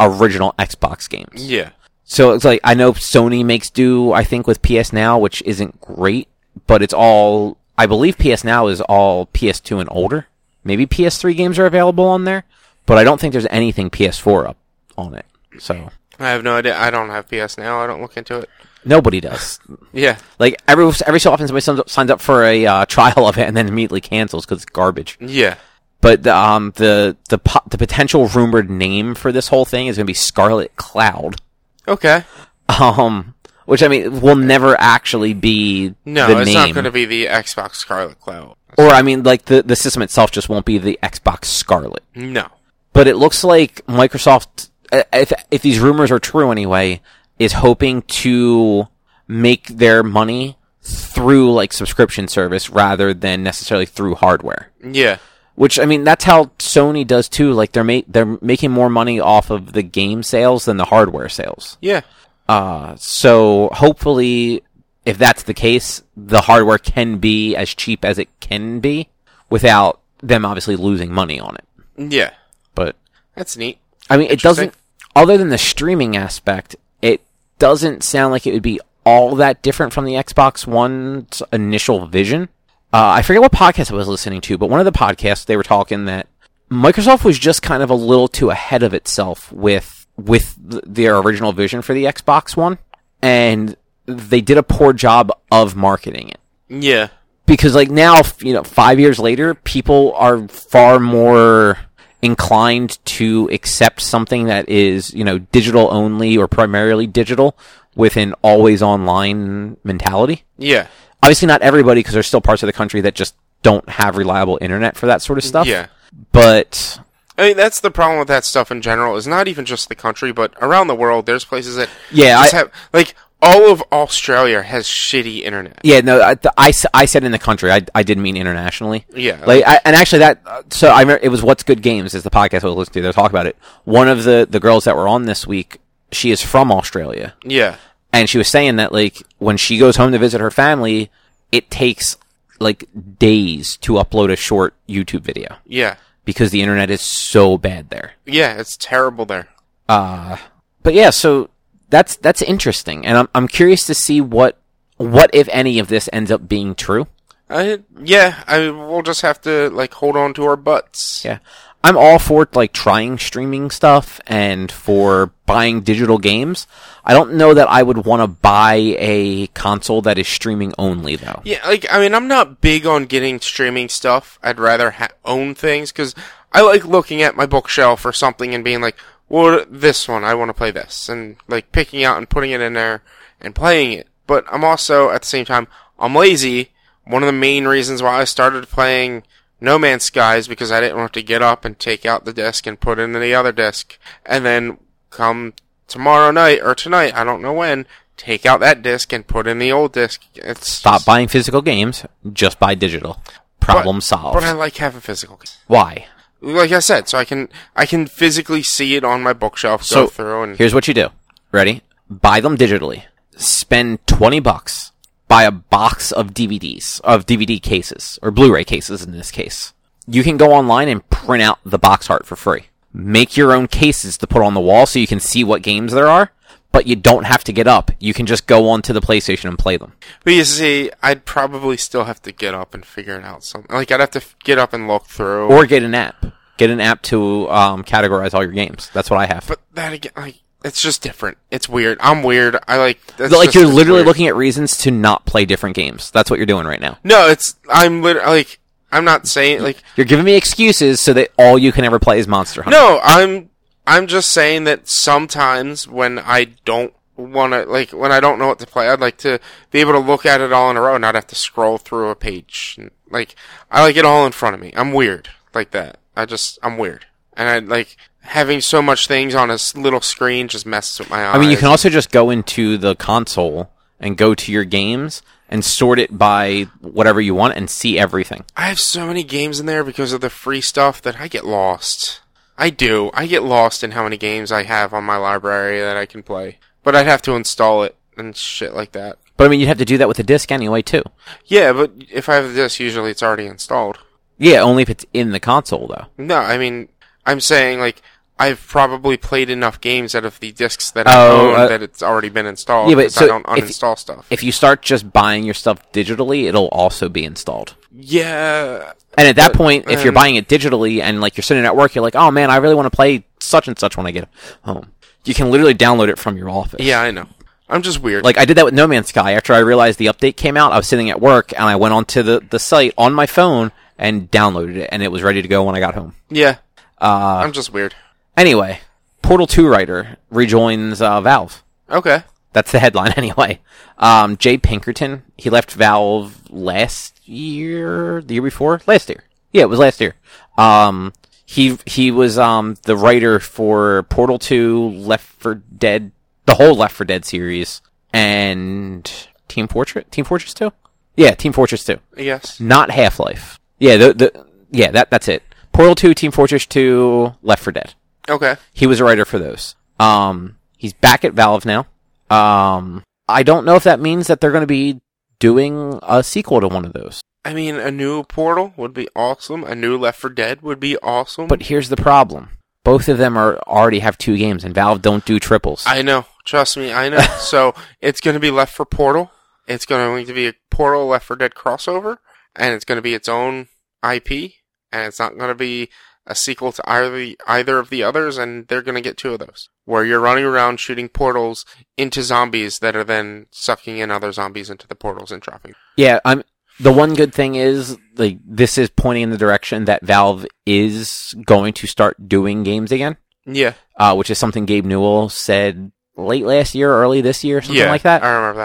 original Xbox games. yeah, So it's like I know Sony makes do I think with PS Now, which isn't great, but it's all I believe PS Now is all PS2 and older. Maybe PS3 games are available on there, but I don't think there's anything PS4 up on it. So I have no idea. I don't have PS now. I don't look into it. nobody does. Yeah, Like every every so often somebody signs up, signs up for a uh, [LAUGHS] trial of it and then immediately cancels because it's garbage. yeah, But the, um the the po- the potential rumored name for this whole thing is going to be Scarlet Cloud. okay. Um, which I mean will never actually be No, the it's name. not going to be the Xbox Scarlet Cloud. or I mean, like the the system itself just won't be the Xbox Scarlet. No. But But it looks like Microsoft, uh, if if these rumors are true anyway, is hoping to make their money through like subscription service rather than necessarily through hardware. Yeah. Which I mean, that's how Sony does too. Like they're ma- they're making more money off of the game sales than the hardware sales. Yeah. Uh, so hopefully, if that's the case, the hardware can be as cheap as it can be without them obviously losing money on it. Yeah. But That's neat. I mean, it doesn't. Interesting. Other than the streaming aspect, it doesn't sound like it would be all that different from the Xbox One's initial vision. Uh, I forget what podcast I was listening to, but one of the podcasts they were talking that Microsoft was just kind of a little too ahead of itself with with th- their original vision for the Xbox One, and they did a poor job of marketing it Yeah. because like now f- you know five years later people are far more inclined to accept something that is you know digital only or primarily digital with an always online mentality Yeah. obviously not everybody because there's still parts of the country that just don't have reliable internet for that sort of stuff Yeah. but I mean, that's the problem with that stuff in general. Is not even just the country, but around the world, there's places that yeah just I, have like all of Australia has shitty internet. yeah no I, th- I, s- I said in the country i, I didn't mean internationally Yeah. like I, and actually that uh, so I remember it was what's good games is the podcast I was listening to. They're talking about it. One of the the girls that were on this week, she is from Australia, yeah. and she was saying that like when she goes home to visit her family, it takes like days to upload a short YouTube video Yeah. because the internet is so bad there. Yeah. It's terrible there. Uh, but yeah, so that's that's interesting, and I'm I'm curious to see what what if any of this ends up being true. I, yeah. I we'll just have to like hold on to our butts. Yeah. I'm all for like trying streaming stuff and for buying digital games. I don't know that I would want to buy a console that is streaming only though. Yeah, like I mean, I'm not big on getting streaming stuff. I'd rather ha- own things because I like looking at my bookshelf or something and being like, "Well, this one, I want to play this," and like picking out and putting it in there and playing it. But I'm also at the same time, I'm lazy. One of the main reasons why I started playing No Man's Sky is because I didn't have to get up and take out the disc and put it into the other disc, and then come tomorrow night or tonight, I don't know when. Take out that disc and put in the old disc. It's Stop buying physical games, just buy digital. Problem solved. But I like having physical. games. Why? Like I said, so I can I can physically see it on my bookshelf, go through, and here's what you do. Ready? Buy them digitally. Spend 20 bucks. Buy a box of DVDs, of DVD cases, or Blu-ray cases in this case. You can go online and print out the box art for free. Make your own cases to put on the wall so you can see what games there are, but you don't have to get up. You can just go onto the PlayStation and play them. but you see, I'd probably still have to get up and figure it out. Something like I'd have to f- get up and look through. Or get an app. Get an app to um, categorize all your games. That's what I have. but that again, like it's just different. It's weird. I'm weird. I like that's like just- you're it's literally weird. looking at reasons to not play different games. That's what you're doing right now. No, it's I'm literally like I'm not saying like You're giving me excuses so that all you can ever play is Monster Hunter. No, I'm I'm just saying that sometimes when I don't want to like when I don't know what to play, I'd like to be able to look at it all in a row, and not have to scroll through a page. And, Like I like it all in front of me. I'm weird like that. I just I'm weird, and I like having so much things on a s- little screen just messes with my eyes. I mean, you can also just go into the console and go to your games and sort it by whatever you want and see everything. I have so many games in there because of the free stuff that I get lost. I do. I get lost in how many games I have on my library that I can play. But I'd have to install it and shit like that. But I mean, you'd have to do that with a disc anyway, too. Yeah, but if I have this, usually it's already installed. Yeah, only if it's in the console, though. No, I mean, I'm saying like I've probably played enough games out of the discs that I Oh, own uh, that it's already been installed. Yeah, but 'cause so I don't if- uninstall stuff. If you start just buying your stuff digitally, it'll also be installed. yeah, And at that point, if you're um, buying it digitally and like you're sitting at work, you're like, "Oh man, I really want to play such and such when I get home." You can literally download it from your office. yeah, I know. I'm just weird. Like I did that with No Man's Sky. After I realized the update came out, I was sitting at work and I went onto the, the site on my phone and downloaded it, and it was ready to go when I got home. yeah, uh, I'm just weird. Anyway, Portal Two writer rejoins uh, Valve. Okay. That's the headline [LAUGHS] anyway. Um, Jay Pinkerton he left Valve last year, the year before, last year. Yeah, it was last year. Um, he he was um the writer for Portal Two, Left for Dead, the whole Left for Dead series, and Team Fortress, Team Fortress Two. Yeah, Team Fortress Two, Yes. not Half Life. Yeah, the the yeah that that's it. Portal Two, Team Fortress Two, Left for Dead. Okay. He was a writer for those. Um, he's back at Valve now. Um, I don't know if that means that they're going to be doing a sequel to one of those. I mean, a new Portal would be awesome. A new Left for Dead would be awesome. But here's the problem: both of them are already have two games, and Valve don't do triples. I know. Trust me, I [LAUGHS] know. so it's going to be left for Portal. It's going to be a Portal Left for Dead crossover, and it's going to be its own IP, and it's not going to be a sequel to either either of the others. And they're going to get two of those, where you're running around shooting portals into zombies that are then sucking in other zombies into the portals and dropping. Yeah, I'm. The one good thing is like this is pointing in the direction that Valve is going to start doing games again, Yeah, uh, which is something Gabe Newell said late last year, early this year, something yeah, like that. I remember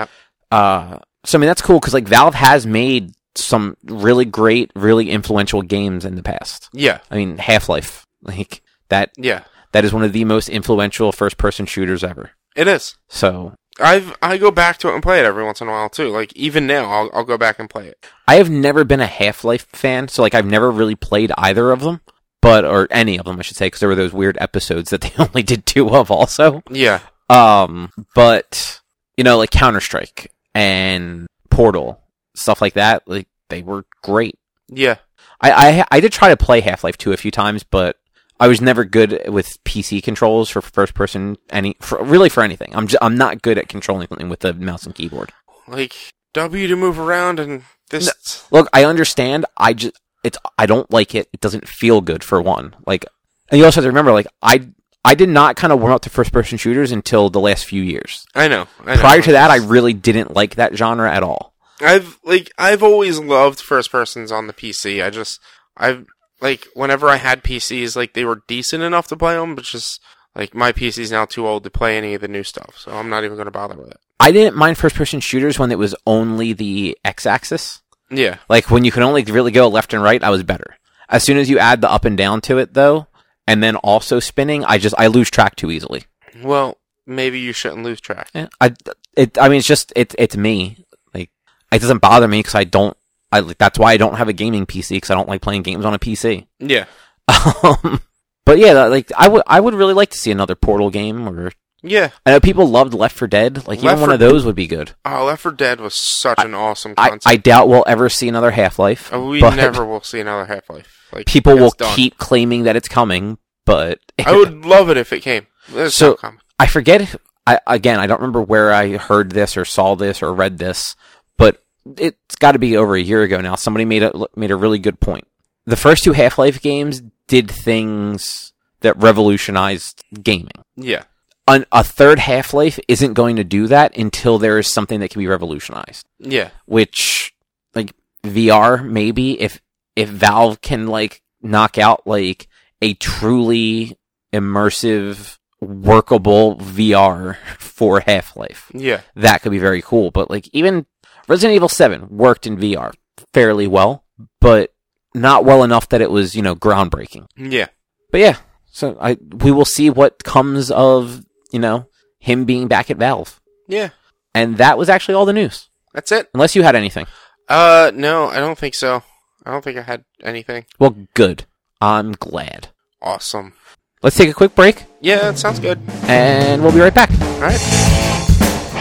that. Uh, so I mean that's cool because like Valve has made some really great, really influential games in the past. Yeah, I mean Half Life, [LAUGHS] like that yeah, that is one of the most influential first person shooters ever. it is. So I've I go back to it and play it every once in a while too. Like even now, I'll I'll go back and play it. I have never been a Half Life fan, so like I've never really played either of them, but or any of them, I should say, because there were those weird episodes that [LAUGHS] they only did two of, also. Yeah, Um, but you know, like Counter Strike and Portal, stuff like that, like they were great. yeah, I I, I did try to play Half Life Two a few times, but I was never good with PC controls for first person any for, really for anything. I'm just, I'm not good at controlling something with the mouse and keyboard. like W to move around and this. Look, I understand. I just it's I don't like it. It doesn't feel good for one. Like, and you also have to remember, like I I did not kind of warm up to first person shooters until the last few years. I know. I know. Prior to that, I really didn't like that genre at all. I've like I've always loved first persons on the PC. I just I've like whenever I had PCs, like they were decent enough to play them, but just like my PC's now too old to play any of the new stuff, so I'm not even gonna bother with it. I didn't mind first person shooters when it was only the X axis. Yeah, Like when you could only really go left and right, I was better. As soon as you add the up and down to it though, and then also spinning, I just I lose track too easily. well maybe you shouldn't lose track. Yeah, I it I mean it's just it it's me. Like it doesn't bother me because I don't. I like, that's why I don't have a gaming PC because I don't like playing games on a PC. Yeah, [LAUGHS] Um, but yeah, that- like I would I would really like to see another Portal game or yeah. I know people loved Left for Dead. Like Left even one 4 of those would be good. Oh, Left 4 Dead was such an awesome I, concept. I doubt we'll ever see another Half Life. Uh, we but never will see another Half Life. [LAUGHS] Like People it's will done. keep claiming that it's coming, but I would love it if it came. It's So- not coming. I forget. I again, I don't remember where I heard this or saw this or read this, but it's got to be over a year ago now. Somebody made a made a really good point. The first two Half Life games did things that revolutionized gaming. Yeah, An, a third Half Life isn't going to do that until there is something that can be revolutionized, yeah, which like VR maybe if if Valve can like knock out like a truly immersive workable VR [LAUGHS] for Half-Life. yeah. That could be very cool, but like even Resident Evil 7 worked in VR fairly well, but not well enough that it was, you know, groundbreaking. Yeah. But yeah, so I we will see what comes of, you know, him being back at Valve. Yeah. And that was actually all the news. That's it. Unless you had anything. Uh no, I don't think so. I don't think I had anything. Well, good. I'm glad. Awesome. Let's take a quick break Yeah, that sounds good. and we'll be right back. All right.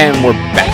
And we're back.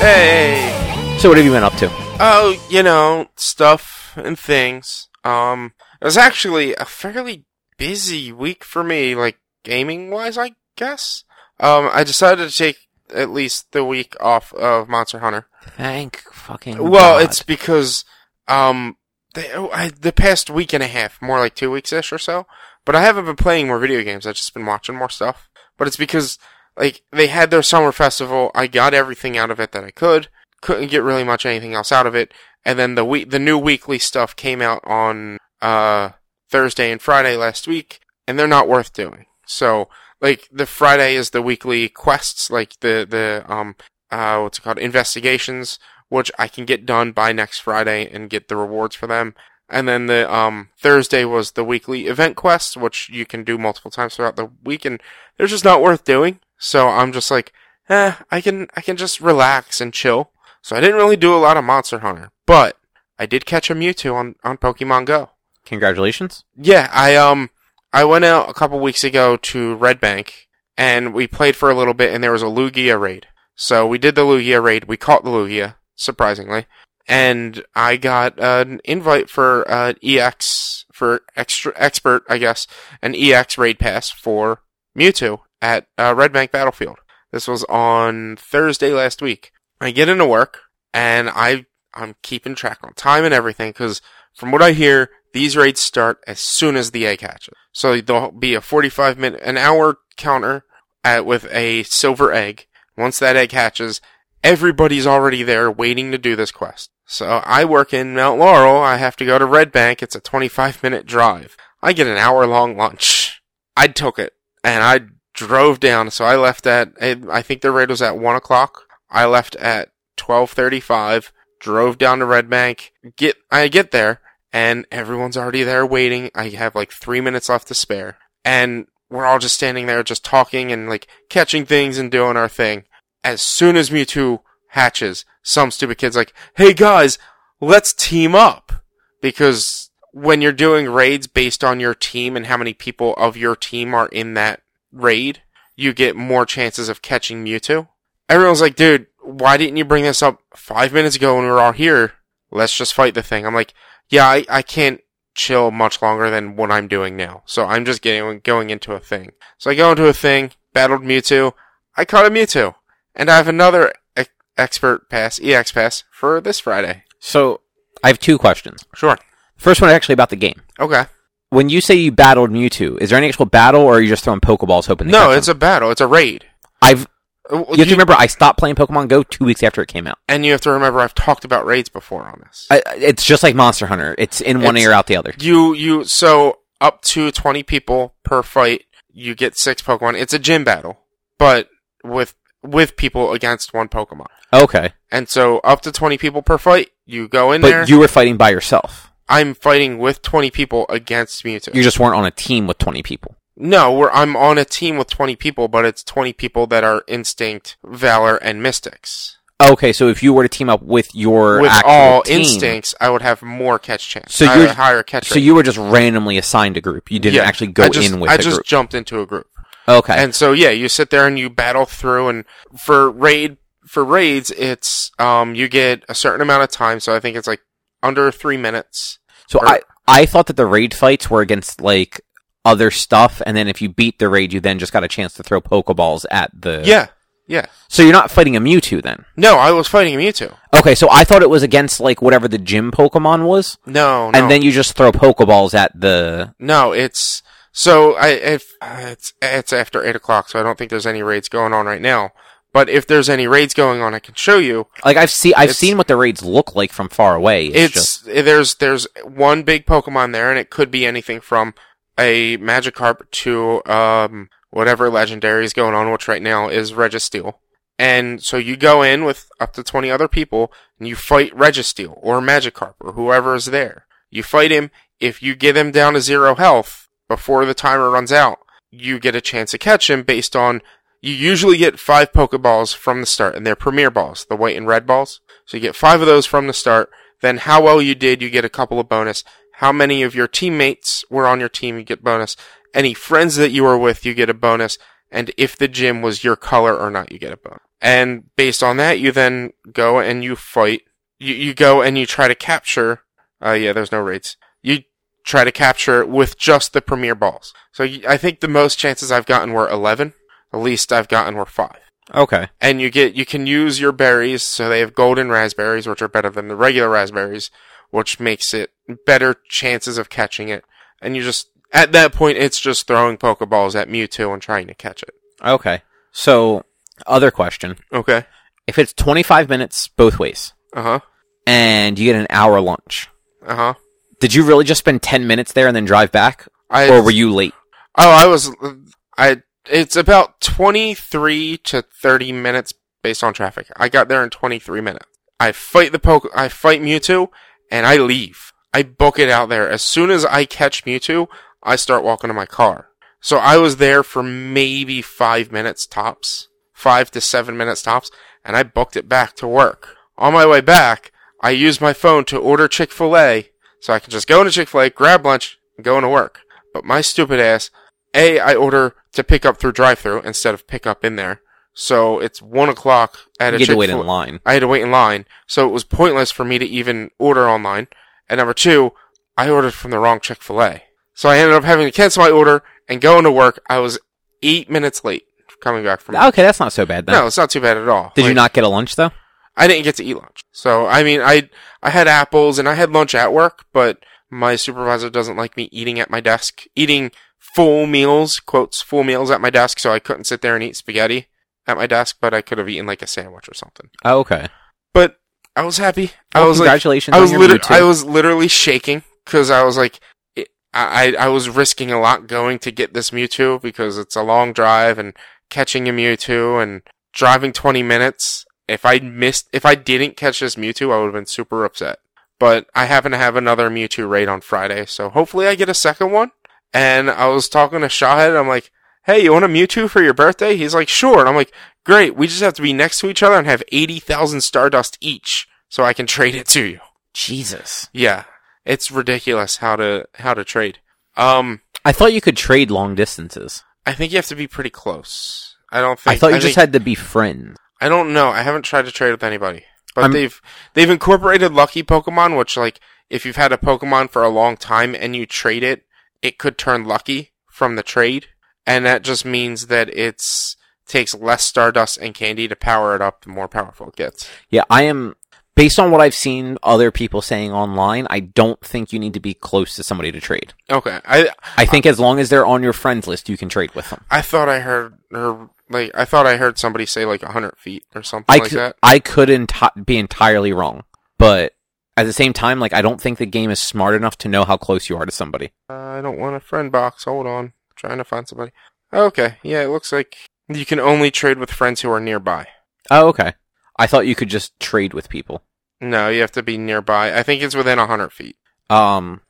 Hey. So what have you been up to? Oh, you know, stuff and things. Um it was actually a fairly busy week for me, like gaming wise, I guess. Um I decided to take at least the week off of Monster Hunter. Thank fucking. Well, God. it's because um they, oh, I, the past week and a half, more like two weeks ish or so. But I haven't been playing more video games. I've just been watching more stuff. But it's because like they had their summer festival. I got everything out of it that I could. Couldn't get really much anything else out of it. And then the week, the new weekly stuff came out on uh Thursday and Friday last week, and they're not worth doing. So like the Friday is the weekly quests, like the the um uh what's it called investigations which I can get done by next Friday and get the rewards for them. And then the um, Thursday was the weekly event quest, which you can do multiple times throughout the week, and they're just not worth doing. So I'm just like, eh, I can I can just relax and chill. So I didn't really do a lot of Monster Hunter, but I did catch a Mewtwo on on Pokemon Go. Congratulations. Yeah, I um I went out a couple weeks ago to Red Bank and we played for a little bit and there was a Lugia raid. So we did the Lugia raid, we caught the Lugia, surprisingly. And I got an invite for uh EX for extra expert, I guess, an EX raid pass for Mewtwo at uh, Red Bank Battlefield. This was on Thursday last week. I get into work and I I'm keeping track on time and everything because from what I hear, these raids start as soon as the egg hatches. So there'll be a 45 minute, an hour counter at, with a silver egg. Once that egg hatches, everybody's already there waiting to do this quest. So I work in Mount Laurel. I have to go to Red Bank. It's a 25 minute drive. I get an hour long lunch. I took it and I drove down. So I left at, I think the raid was at one o'clock. I left at 1235 drove down to Red Bank. Get I get there and everyone's already there waiting. I have like three minutes left to spare. And we're all just standing there just talking and like catching things and doing our thing. As soon as Mewtwo hatches, some stupid kid's like, Hey guys, let's team up because when you're doing raids based on your team and how many people of your team are in that raid, you get more chances of catching Mewtwo. Everyone's like, dude, why didn't you bring this up five minutes ago when we were all here? Let's just fight the thing. I'm like, yeah, I, I can't chill much longer than what I'm doing now. So I'm just getting going into a thing. So I go into a thing, battled Mewtwo, I caught a Mewtwo, and I have another e- expert pass, EX pass for this Friday. So I have two questions. Sure. First one is actually about the game. Okay. When you say you battled Mewtwo, is there any actual battle, or are you just throwing Pokeballs hoping? They No, catch it's him? a battle. It's a raid. I've Uh, you have to remember I stopped playing Pokemon Go two weeks after it came out. and you have to remember I've talked about raids before on this. I, I- it's just like Monster Hunter. It's in one It's- ear out the other. You you so up to twenty people per fight. You get six Pokemon. It's a gym battle, but with with people against one Pokemon. Okay, And so up to twenty people per fight. You go in but there. you were fighting by yourself. I'm fighting with twenty people against Mewtwo. You just weren't on a team with twenty people. no, we're, I'm on a team with twenty people, but it's twenty people that are Instinct, Valor, and Mystics. Okay, so if you were to team up with your with actual all team, Instincts, I would have more catch chance. So I have you're- a higher catch. so rate. you were just randomly assigned a group. You didn't Yeah, actually go I just, in with I a just group. jumped into a group. Okay, And so yeah, you sit there and you battle through and for raid for raids it's um you get a certain amount of time, so I think it's like under 3 minutes. so or- I I thought that the raid fights were against like other stuff, and then if you beat the raid, you then just got a chance to throw Pokeballs at the. Yeah. Yeah. So you're not fighting a Mewtwo then. No, I was fighting Mewtwo. Okay, so I thought it was against like whatever the gym Pokemon was, Oh, No, no. and then you just throw Pokeballs at the. no, it's so I if uh, it's it's after 8 o'clock, so I don't think there's any raids going on right now. But if there's any raids going on, I can show you. Like I've seen, I've It's- seen what the raids look like from far away. It's, just It's, eh, there's there's one big Pokemon there, and it could be anything from a Magikarp to um whatever legendary is going on, which right now is Registeel. And so you go in with up to twenty other people, and you fight Registeel or Magikarp or whoever is there. You fight him. If you get him down to zero health before the timer runs out, you get a chance to catch him based on. You usually get five Pokeballs from the start, and they're Premier Balls, the white and red balls. So you get five of those from the start. Then how well you did, you get a couple of bonus. How many of your teammates were on your team, you get bonus. Any friends that you were with, you get a bonus. And if the gym was your color or not, you get a bonus. And based on that, you then go and you fight. You, you go and you try to capture. Uh, yeah, there's no raids. You try to capture with just the premier balls. So you, I think the most chances I've gotten were 11. The least I've gotten were 5 okay. and you get you can use your berries so they have golden raspberries which are better than the regular raspberries which makes it better chances of catching it and you just at that point it's just throwing pokeballs at mewtwo and trying to catch it Okay. So, other question. okay If it's 25 minutes both ways uh-huh and you get an hour lunch, uh-huh did you really just spend 10 minutes there and then drive back? i Or were you late? oh i was i it's about 23 to 30 minutes based on traffic i got there in 23 minutes i fight the poke i fight mewtwo and i leave I book it out there. As soon as I catch Mewtwo, I start walking to my car. So I was there for maybe five minutes tops, five to seven minutes tops, and I booked it back to work. On my way back, I used my phone to order Chick fil A so I can just go into Chick fil A, grab lunch, and go into work. But my stupid ass, A, I order to pick up through drive through instead of pick up in there. So it's one o'clock at You had a to Chick wait fil in A. line. I had to wait in line, so it was pointless for me to even order online. And number two, I ordered from the wrong Chick fil A. So I ended up having to cancel my order and go into work. I was eight minutes late coming back from Okay, that's not so bad then. No, it's not too bad at all. Did you Like, not get a lunch though? I didn't get to eat lunch. So I mean I I had apples and I had lunch at work, but my supervisor doesn't like me eating at my desk. Eating full meals, quotes full meals at my desk, so I couldn't sit there and eat spaghetti at my desk, but I could have eaten like a sandwich or something. Oh, okay. But I was happy. I Well, was like congratulations I was on your literally, Mewtwo. I was literally shaking because I was like, it, I, I I was risking a lot going to get this Mewtwo because it's a long drive and catching a Mewtwo and driving 20 minutes. If I missed, if I didn't catch this Mewtwo, I would have been super upset. But I happen to have another Mewtwo raid on Friday, so hopefully I get a second one. And I was talking to Shahid, I'm like, hey, you want a Mewtwo for your birthday? He's like, sure. And I'm like, great, we just have to be next to each other and have 80,000 Stardust each so I can trade it to you. Jesus. Yeah, it's ridiculous how to how to trade. Um, I thought you could trade long distances. I think you have to be pretty close. I don't think. I thought you just think- had to be friends. I don't know. I haven't tried to trade with anybody, but I'm- they've they've incorporated lucky Pokemon, which like if you've had a Pokemon for a long time and you trade it, it could turn lucky from the trade, and that just means that it's takes less Stardust and Candy to power it up. The more powerful it gets. Yeah, I am. Based on what I've seen other people saying online, I don't think you need to be close to somebody to trade. Okay, I I think as long as they're on your friends list, you can trade with them. I thought I heard her like I thought I heard somebody say like hundred feet or something I like could, that. I could enti- be entirely wrong, but at the same time, like I don't think the game is smart enough to know how close you are to somebody. I don't want a friend box. Hold on. trying to find somebody. Okay. Yeah, it looks like you can only trade with friends who are nearby. Oh, okay. I thought you could just trade with people. No, you have to be nearby. I think it's within 100 feet. Um,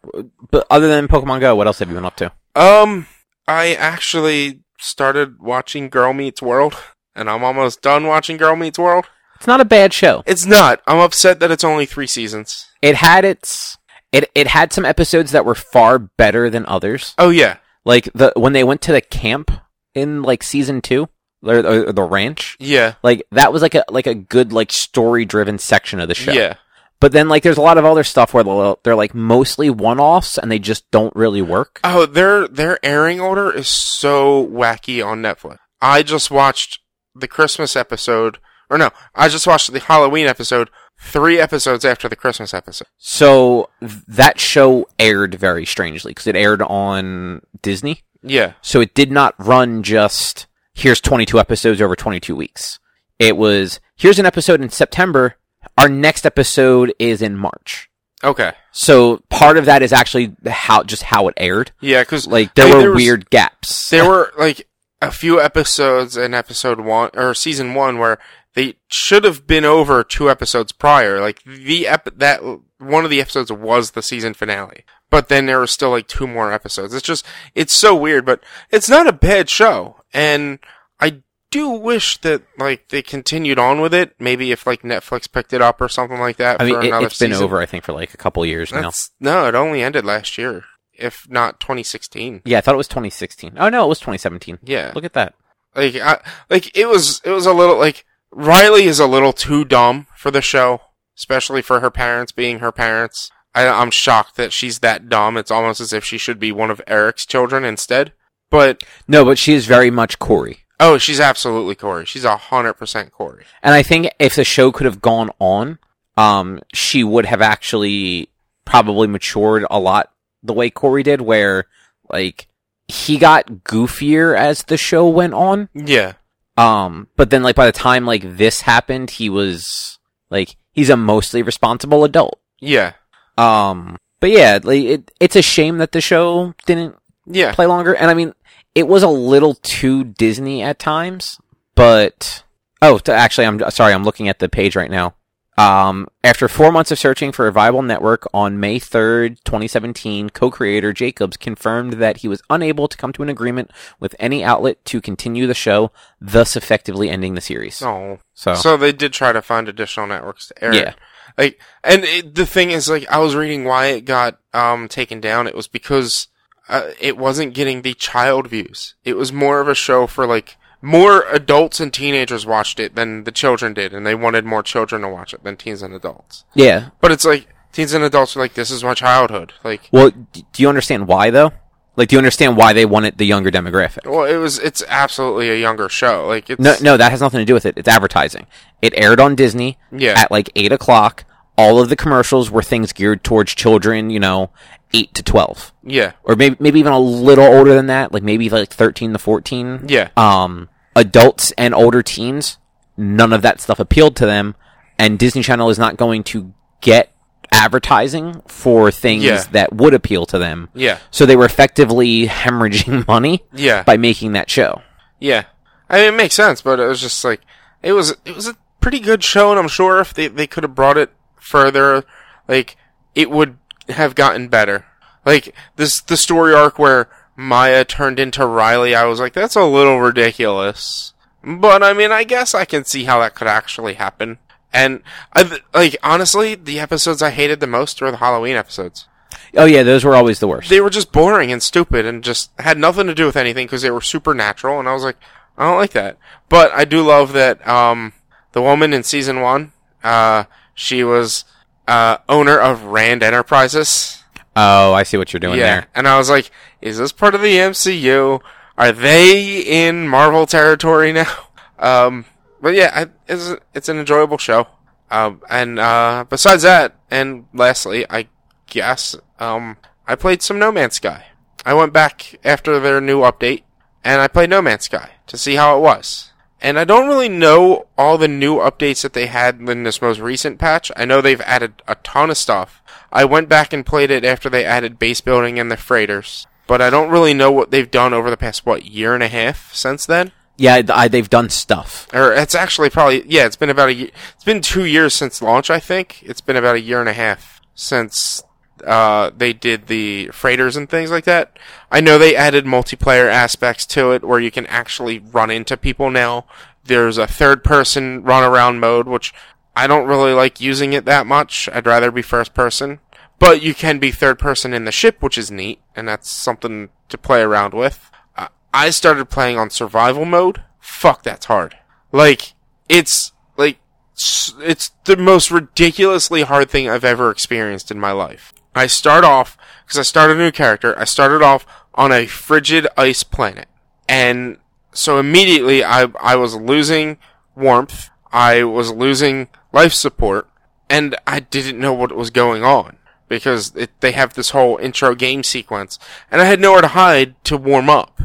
but other than Pokemon Go, what else have you been up to? Um, I actually started watching Girl Meets World, and I'm almost done watching Girl Meets World. It's not a bad show. It's not. I'm upset that it's only three seasons. It had its it it had some episodes that were far better than others. Oh, yeah. Like the when they went to the camp in like season two, or, or the ranch. Yeah. Like that was like a like a good like story driven section of the show. Yeah. But then like there's a lot of other stuff where they'll- they're like mostly one offs and they just don't really work. Oh, their their airing order is so wacky on Netflix. I just watched the Christmas episode, or no, I just watched the Halloween episode three episodes after the Christmas episode. So th- that show aired very strangely because it aired on Disney. Yeah, So it did not run just here's 22 episodes over 22 weeks. It was here's an episode in September. Our next episode is in March. okay, So part of that is actually the how just how it aired. yeah, because Like there Like, were there was- weird gaps. [LAUGHS] there were like a few episodes in episode one or season one where they should have been over two episodes prior. Like the ep- that one of the episodes was the season finale, but then there were still like two more episodes. It's just it's so weird, but it's not a bad show, and I do wish that like they continued on with it. Maybe if like Netflix picked it up or something like that. I mean, for it, another has been season. over I think for like a couple years now. That's, no, it only ended last year, if not 2016. Yeah, I thought it was 2016. Oh no, it was 2017. Yeah. Look at that. Like, I, like it was, it was a little like Riley is a little too dumb for the show, especially for her parents being her parents. I, I'm shocked that she's that dumb. It's almost as if she should be one of Eric's children instead. But No, but she is very much Corey. oh, she's absolutely Corey. She's a hundred percent Corey. And I think if the show could have gone on, um, she would have actually probably matured a lot the way Corey did, where like he got goofier as the show went on. Yeah, Um, but then like by the time like this happened, he was like he's a mostly responsible adult. yeah, Um, but yeah, like it, it's a shame that the show didn't yeah. play longer. And I mean, it was a little too Disney at times, but oh, t- actually, I'm sorry, I'm looking at the page right now. Um, after four months of searching for a viable network on May 3rd, 2017, co-creator Jacobs confirmed that he was unable to come to an agreement with any outlet to continue the show, thus effectively ending the series. Oh. So, So they did try to find additional networks to air. it. yeah. Like, and it, the thing is, like, I was reading why it got um taken down. It was because uh, it wasn't getting the child views. It was more of a show for like more adults and teenagers watched it than the children did, and they wanted more children to watch it than teens and adults. Yeah. But it's like teens and adults are like, this is my childhood. Like, Well, d- do you understand why though? Like, do you understand why they wanted the younger demographic? well, it was. It's absolutely a younger show. Like, it's No, no, that has nothing to do with it. It's advertising. It aired on Disney Yeah. at like eight o'clock. All of the commercials were things geared towards children, you know, eight to twelve, yeah, or maybe maybe even a little older than that, like maybe like thirteen to fourteen. yeah. Um, adults and older teens, none of that stuff appealed to them, and Disney Channel is not going to get advertising for things Yeah. that would appeal to them. Yeah. So they were effectively [LAUGHS] hemorrhaging money Yeah. by making that show. Yeah, I mean it makes sense, but it was just like it was it was a pretty good show, and I'm sure if they they could have brought it further, like it would have gotten better. Like this the story arc where Maya turned into Riley, I was like, that's a little ridiculous. But I mean, I guess I can see how that could actually happen. And I th- like honestly, the episodes I hated the most were the Halloween episodes. Oh yeah, those were always the worst. They were just boring and stupid and just had nothing to do with anything because they were supernatural. And I was like, I don't like that. But I do love that um, the woman in season one, uh, she was uh, owner of Rand Enterprises. Oh, I see what you're doing yeah, there. and I was like, is this part of the MCU? Are they in Marvel territory [LAUGHS] now? Um, but yeah, I, it's it's an enjoyable show. Um, and uh, besides that, and lastly, I guess um, I played some No Man's Sky. I went back after their new update, and I played No Man's Sky to see how it was. And I don't really know all the new updates that they had in this most recent patch. I know they've added a ton of stuff. I went back and played it after they added base building and the freighters, but I don't really know what they've done over the past what year and a half since then. Yeah, I, I- they've done stuff. Or it's actually probably yeah, it's been about a ye- it's been two years since launch. I think it's been about a year and a half since uh, they did the freighters and things like that. I know they added multiplayer aspects to it where you can actually run into people now. There's a third person run around mode, which I don't really like using it that much. I'd rather be first person. But you can be third person in the ship, which is neat, and that's something to play around with. Uh, I- I started playing on survival mode. Fuck, that's hard. Like, it's, like, s- it's the most ridiculously hard thing I've ever experienced in my life. I start off, because I started a new character, I started off on a frigid ice planet. And so immediately I, I was losing warmth, I was losing life support, and I didn't know what was going on because it, they have this whole intro game sequence, and I had nowhere to hide to warm up.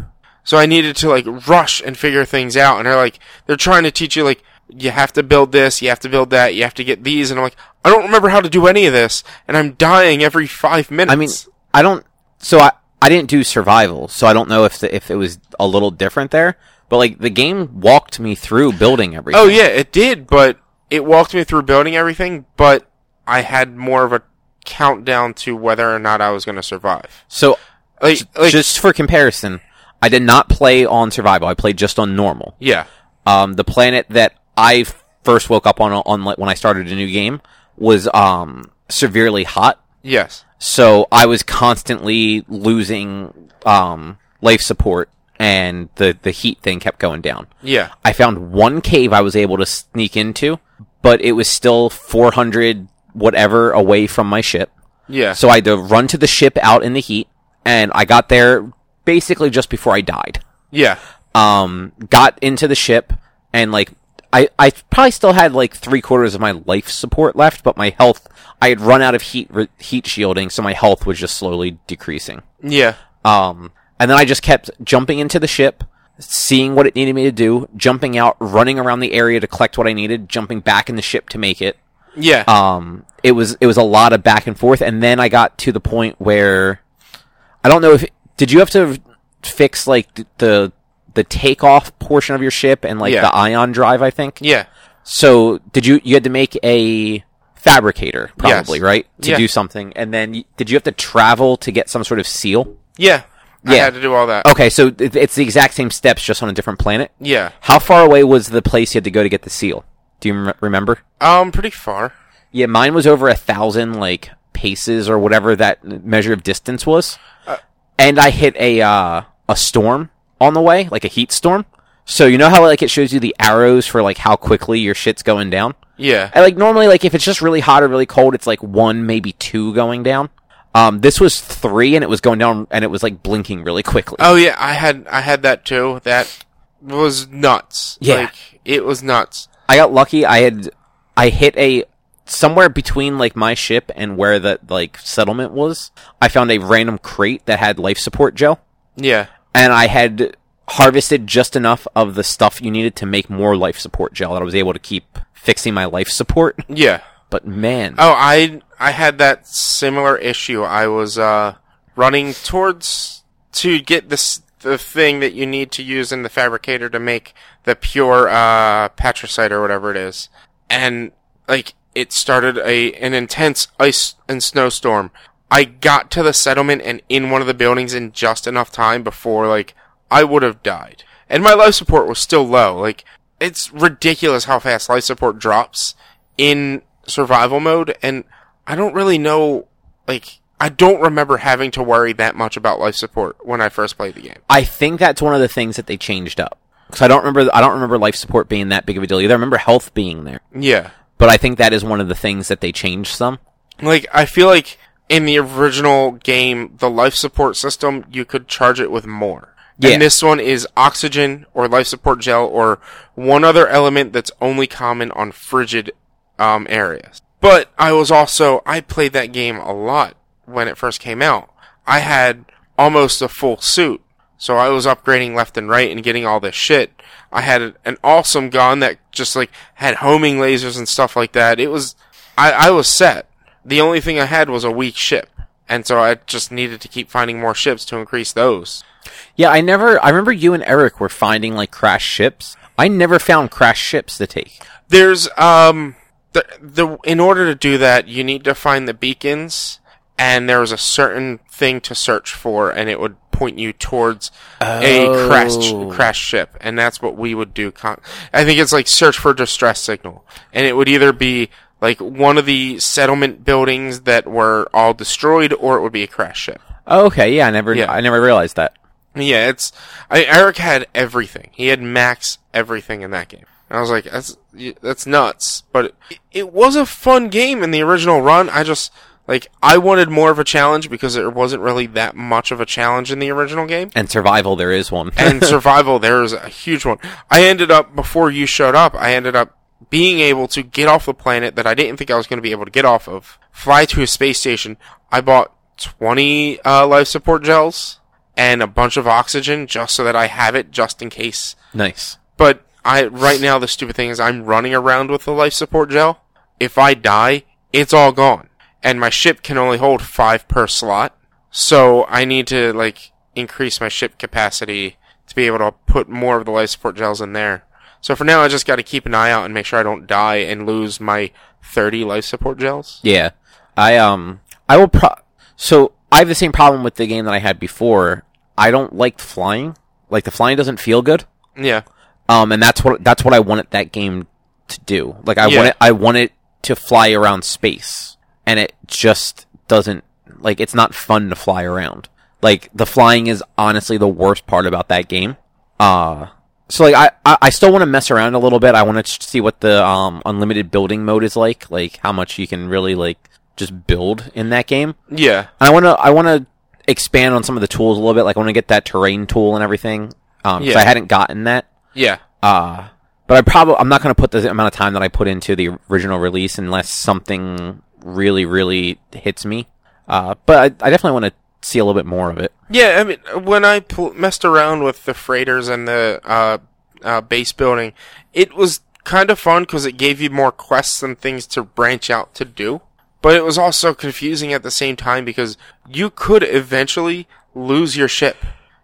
So I needed to like rush and figure things out, and they're like, they're trying to teach you like, you have to build this, you have to build that, you have to get these, and I'm like, I don't remember how to do any of this, and I'm dying every five minutes. I mean, I don't. So I I didn't do survival, so I don't know if the, if it was a little different there. But like the game walked me through building everything. Oh yeah, it did, but it walked me through building everything, but I had more of a countdown to whether or not I was going to survive. So Like, like just for comparison, I did not play on survival. I played just on normal. yeah, Um, the planet that I first woke up on on like, when I started a new game was um severely hot. yes, So I was constantly losing um life support, and the the heat thing kept going down. yeah, I found one cave I was able to sneak into, but it was still 400 whatever away from my ship. yeah, So I had to run to the ship out in the heat, and I got there basically just before I died. yeah, Um, got into the ship, and like, I, I probably still had like three quarters of my life support left, but my health, I had run out of heat, re- heat shielding, so my health was just slowly decreasing. yeah, Um, and then I just kept jumping into the ship, seeing what it needed me to do, jumping out, running around the area to collect what I needed, jumping back in the ship to make it. yeah, Um, it was it was a lot of back and forth, and then I got to the point where I don't know if did you have to fix like th- the the takeoff portion of your ship and like Yeah. the ion drive? I think yeah, So did you you had to make a fabricator probably Yes. right to Yeah. do something, and then y- did you have to travel to get some sort of seal? Yeah. I Yeah. Oh. had to do all that. Okay, so it- it's the exact same steps, just on a different planet. Yeah. How far away was the place you had to go to get the seal? Do you rem- remember? Um, pretty far. Yeah, mine was over a thousand like paces or whatever that measure of distance was, and I hit a uh, a storm on the way, like a heat storm. So you know how like it shows you the arrows for like how quickly your shit's going down. Yeah. I like normally like if it's just really hot or really cold, it's like one maybe two going down. Um, this was three, and it was going down, and it was like blinking really quickly. Oh yeah, I had I had that too. That was nuts. Yeah. Like it was nuts. I got lucky. I had I hit a somewhere between like my ship and where the like settlement was. I found a random crate that had life support gel, Yeah. and I had harvested just enough of the stuff you needed to make more life support gel that I was able to keep fixing my life support. [LAUGHS] Yeah. But man, Oh, I I had that similar issue. I was uh running towards to get this the thing that you need to use in the fabricator to make the pure uh patricite or whatever it is. And like it started a an intense ice and snowstorm. I got to the settlement and in one of the buildings in just enough time before like I would have died. And my life support was still low. Like it's ridiculous how fast life support drops in survival mode and I don't really know like I don't remember having to worry that much about life support when I first played the game. I think that's one of the things that they changed up. Because I don't remember, I don't remember life support being that big of a deal either. I remember health being there, Yeah. but I think that is one of the things that they changed some. Like I feel like in the original game the life support system you could charge it with more. Yeah. And this one is oxygen or life support gel or one other element that's only common on frigid um, areas. But I was also I played that game a lot when it first came out. I had almost a full suit. So I was upgrading left and right and getting all this shit. I had an awesome gun that just like had homing lasers and stuff like that. It was I, I was set. The only thing I had was a weak ship. And so I just needed to keep finding more ships to increase those. Yeah, I never. I remember you and Eric were finding like crashed ships. I never found crashed ships to take. There's um the the in order to do that you need to find the beacons and there was a certain thing to search for and it would point you towards a Oh. crash crash ship and that's what we would do con- I think it's like search for distress signal and it would either be like one of the settlement buildings that were all destroyed or it would be a crash ship. Oh, Okay, yeah, I never. Yeah. I never realized that. Yeah, it's I, Eric had everything. He had max everything in that game. And I was like, that's y- that's nuts. But it, it was a fun game in the original run. I just like I wanted more of a challenge because there wasn't really that much of a challenge in the original game. And survival, there is one. [LAUGHS] And survival, there is a huge one. I ended up before you showed up. I ended up being able to get off the planet that I didn't think I was going to be able to get off of. Fly to a space station. I bought twenty uh, life support gels and a bunch of oxygen just so that I have it just in case. nice. But I right now the stupid thing is I'm running around with the life support gel. If I die, it's all gone. And my ship can only hold 5 per slot. So I need to like increase my ship capacity to be able to put more of the life support gels in there. So for now I just got to keep an eye out and make sure I don't die and lose my 30 life support gels. Yeah, I um, I will pro. So I have the same problem with the game that I had before. I don't like flying. Like the flying doesn't feel good. Yeah. Um, and that's what that's what I wanted that game to do. Like I Yeah. want it, I want it to fly around space, and it just doesn't. Like it's not fun to fly around. Like the flying is honestly the worst part about that game. Uh so like I I, I still want to mess around a little bit. I want to see what the um unlimited building mode is like. Like how much you can really like just build in that game. Yeah. And I want to I want to expand on some of the tools a little bit. Like I want to get that terrain tool and everything. Um, 'cause Yeah. I hadn't gotten that. Yeah. Uh, but I probably I'm not going to put the amount of time that I put into the original release unless something really really hits me. Uh, but I, I definitely want to see a little bit more of it. [LAUGHS] Yeah, I mean, when I pl- messed around with the freighters and the uh, uh, base building, it was kind of fun because it gave you more quests and things to branch out to do. But it was also confusing at the same time because you could eventually lose your ship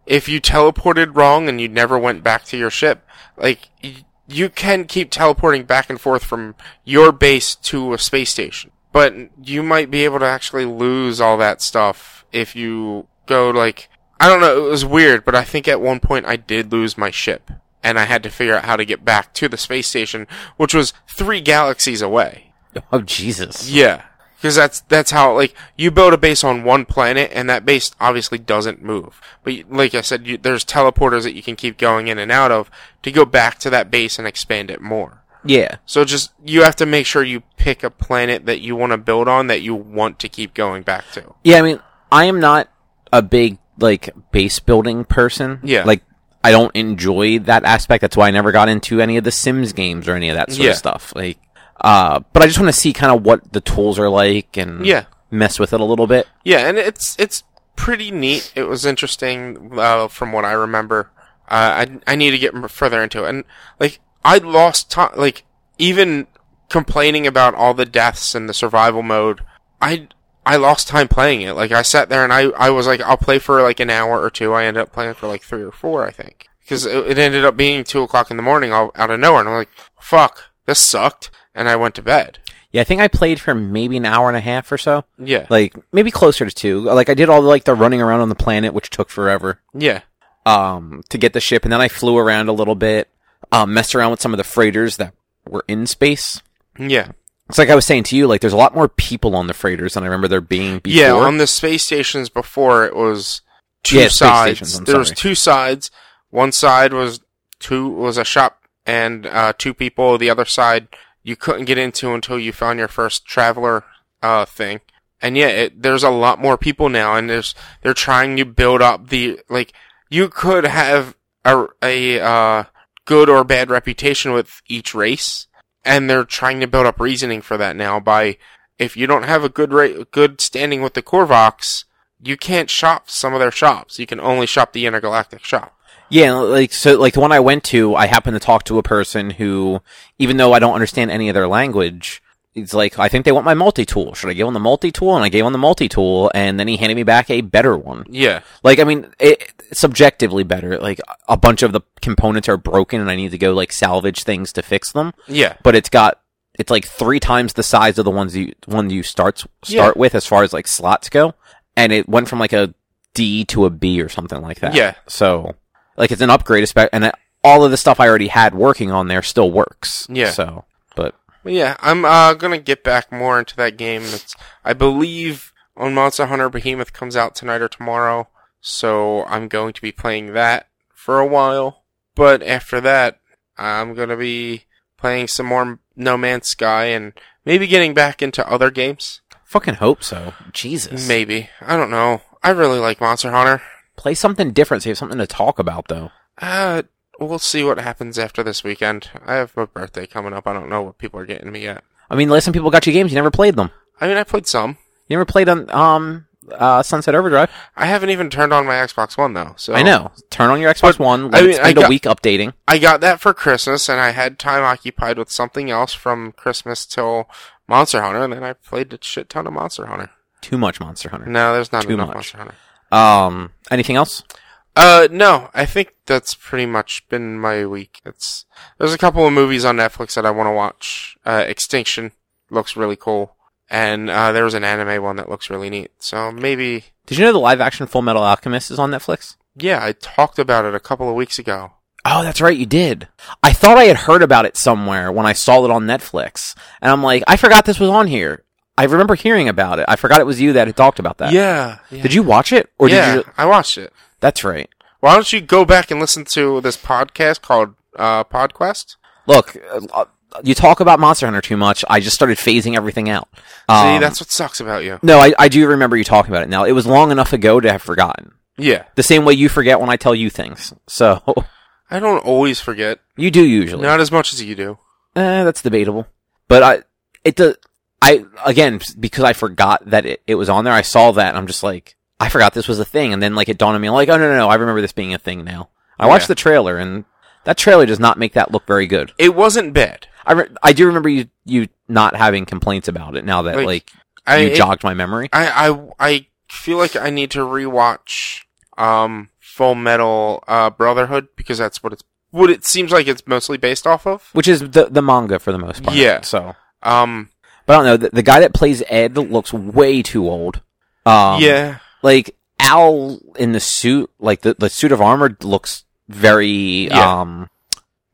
if you teleported wrong and you never went back to your ship. Like y- you can keep teleporting back and forth from your base to a space station, but you might be able to actually lose all that stuff if you go like I don't know, it was weird, but I think at one point I did lose my ship and I had to figure out how to get back to the space station, which was 3 galaxies away. Oh Jesus! Yeah. Because that's that's how like you build a base on one planet, and that base obviously doesn't move. But you- like I said, you, there's teleporters that you can keep going in and out of to go back to that base and expand it more. Yeah, So just you have to make sure you pick a planet that you want to build on that you want to keep going back to. yeah. I mean, I am not a big like base building person. Yeah. like I don't enjoy that aspect. That's why I never got into any of the Sims games or any of that sort Yeah. of stuff. Like, uh, but I just want to see kind of what the tools are like and Yeah. mess with it a little bit. Yeah, and it's it's pretty neat. It was interesting uh, from what I remember. Uh, I I need to get m- further into it, and like I lost time. Like even complaining about all the deaths and the survival mode, I I lost time playing it. Like I sat there and I I was like I'll play for like an hour or two. I ended up playing for like three or four, I think, because it, it ended up being two o'clock in the morning all, out of nowhere, and I'm like, fuck, this sucked, and I went to bed. Yeah, I think I played for maybe an hour and a half or so. Yeah, Like maybe closer to two. Like I did all the, like the running around on the planet, which took forever. yeah, um, to get the ship, and then I flew around a little bit, um, messed around with some of the freighters that were in space. yeah. It's like I was saying to you, like there's a lot more people on the freighters than I remember there being before. Yeah, um, on the space stations before it was two Yeah, space sides. stations, I'm there was sorry. two sides. One side was two was a shop and uh, two people. The other side you couldn't get into until you found your first traveler uh, thing. And yeah, it, there's a lot more people now, and there's they're trying to build up the like you could have a a uh, good or bad reputation with each race, and they're trying to build up reasoning for that now by if you don't have a good ra- good standing with the Corvox, you can't shop some of their shops. You can only shop the intergalactic shop. yeah, like so, like the one I went to, I happened to talk to a person who, even though I don't understand any of their language, it's like I think they want my multi tool. Should I give them the multi tool? And I gave him the multi tool, and then he handed me back a better one. Yeah, Like I mean, it subjectively better. Like a bunch of the components are broken, and I need to go like salvage things to fix them. yeah, but it's got it's like three times the size of the ones you one you start start Yeah. with as far as like slots go, and it went from like a D to a B or something like that. Yeah. So like it's an upgrade, espe- and it, all of the stuff I already had working on there still works. Yeah. So but But yeah. I'm uh, gonna get back more into that game. It's, I believe on Monster Hunter Behemoth comes out tonight or tomorrow, so I'm going to be playing that for a while. But after that, I'm gonna be playing some more No Man's Sky and maybe getting back into other games. fucking hope so. Jesus. Maybe I don't know. I really like Monster Hunter. Play something different. So you have something to talk about though. Uh, we'll see what happens after this weekend. I have my birthday coming up. I don't know what people are getting me yet. I mean, last time people got you games, you never played them. I mean, I played some. You never played on um uh Sunset Overdrive. I haven't even turned on my Xbox One though. So I know. Turn on your Xbox One. Let I it mean, I spend a got- week updating. I got that for Christmas, and I had time occupied with something else from Christmas till Monster Hunter, and then I played a shit ton of Monster Hunter. Too much Monster Hunter. No, there's not Too enough much. Monster Hunter. Um, anything else? Uh, no, I think that's pretty much been my week. It's there's a couple of movies on Netflix that I want to watch. Uh, Extinction looks really cool, and uh, there was an anime one that looks really neat. So maybe, Did you know the live action Full Metal Alchemist is on Netflix? yeah, I talked about it a couple of weeks ago. Oh, that's right, you did. I thought I had heard about it somewhere when I saw it on Netflix, and I'm like, I forgot this was on here. I remember hearing about it. I forgot it was you that had talked about that. Yeah, yeah. Did you watch it, or yeah, did you? I watched it. That's right. Why don't you go back and listen to this podcast called uh, PodQuest? Look, uh, you talk about Monster Hunter too much. I just started phasing everything out. See, Um, that's what sucks about you. no, I, I do remember you talking about it now. It was long enough ago to have forgotten. Yeah, The same way you forget when I tell you things. [LAUGHS] So I don't always forget, you do usually. not as much as you do. Eh, that's debatable. But I, it does. I again because I forgot that it, it was on there. I saw that and I'm just like, I forgot this was a thing. And then like it dawned on me, like, oh no, no, no, I remember this being a thing now. I watched Yeah. the trailer and that trailer does not make that look very good. It wasn't bad. I re- I do remember you you not having complaints about it now that Like, like, I, you it- jogged my memory. I, I I feel like I need to rewatch um Full Metal uh, Brotherhood because that's what it's what it seems like it's mostly based off of. which is the the manga for the most part. Yeah. So, Um, but I don't know. The, the guy that plays Ed looks way too old. Um, yeah, Like Al in the suit, like the the suit of armor looks very Yeah. um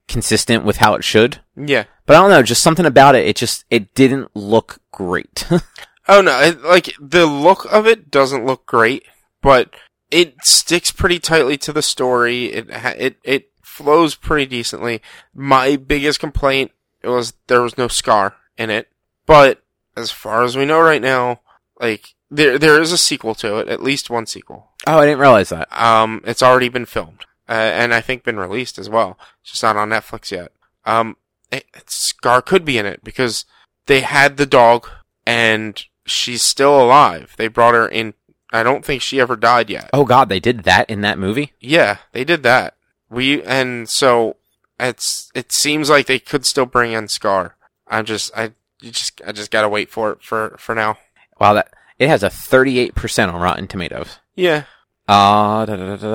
consistent with how it should. yeah. But I don't know, just something about it. It just it didn't look great. [LAUGHS] Oh no, it, like the look of it doesn't look great, but it sticks pretty tightly to the story. It ha- it it flows pretty decently. My biggest complaint was there was no scar in it, but as far as we know right now, like there there is a sequel to it, at least one sequel. oh, I didn't realize that. Um, it's already been filmed, uh, and I think been released as well. It's just not on Netflix yet. Um, it, Scar could be in it because they had the dog, and she's still alive. They brought her in. I don't think she ever died yet. Oh God, they did that in that movie. Yeah, they did that. We and so it's it seems like they could still bring in Scar. I'm just I you just I just gotta wait for it for for now. Wow, that it has a thirty eight percent on Rotten Tomatoes. Yeah, Uh, da, da, da, da,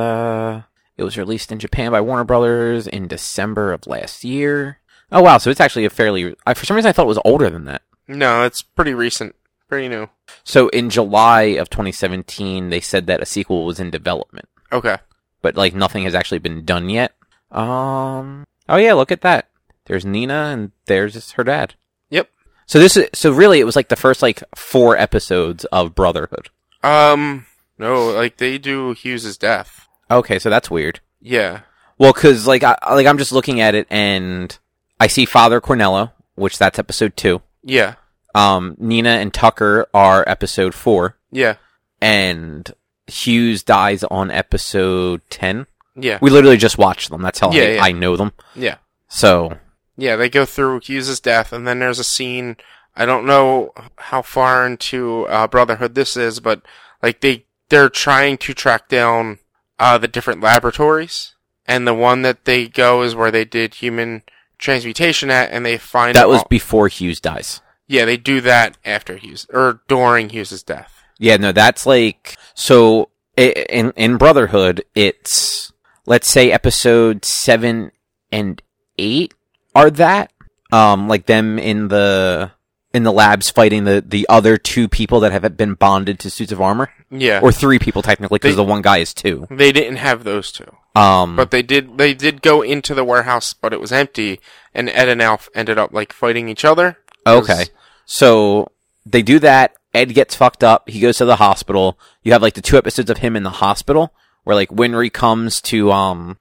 da. It was released in Japan by Warner Brothers in December of last year. Oh wow, so it's actually a fairly. I, for some reason, I thought it was older than that. no, it's pretty recent, pretty new. So in July of 2017, they said that a sequel was in development, Okay, but like nothing has actually been done yet. Um. Oh yeah, look at that. There's Nina, and there's her dad. Yep. So this is so really it was like the first like four episodes of Brotherhood. Um, no, like they do Hughes's death. Okay, so that's weird. Yeah, Well, because like I like I'm just looking at it and I see Father Cornello, which that's episode two. yeah, Um, Nina and Tucker are episode four, yeah, and Hughes dies on episode ten. yeah, We literally just watched them. That's how I, Yeah, yeah. I know them. yeah, So yeah. They go through Hughes's death, and then there's a scene. I don't know how far into uh, Brotherhood this is, but like they they're trying to track down uh, the different laboratories, and the one that they go is where they did human transmutation at, and they find that was all- before Hughes dies. yeah. They do that after Hughes or during Hughes's death. Yeah, no, that's like so i- in in Brotherhood, it's let's say episode 7 and 8 are that um like them in the in the labs fighting the the other two people that have been bonded to suits of armor Yeah, or three people technically cuz They- the one guy is two. they didn't have those two. Um But they did they did go into the warehouse, but it was empty, and Ed and Alf ended up like fighting each other. okay. So they do that. Ed gets fucked up. He goes to the hospital. You have like the two episodes of him in the hospital where like Winry comes to um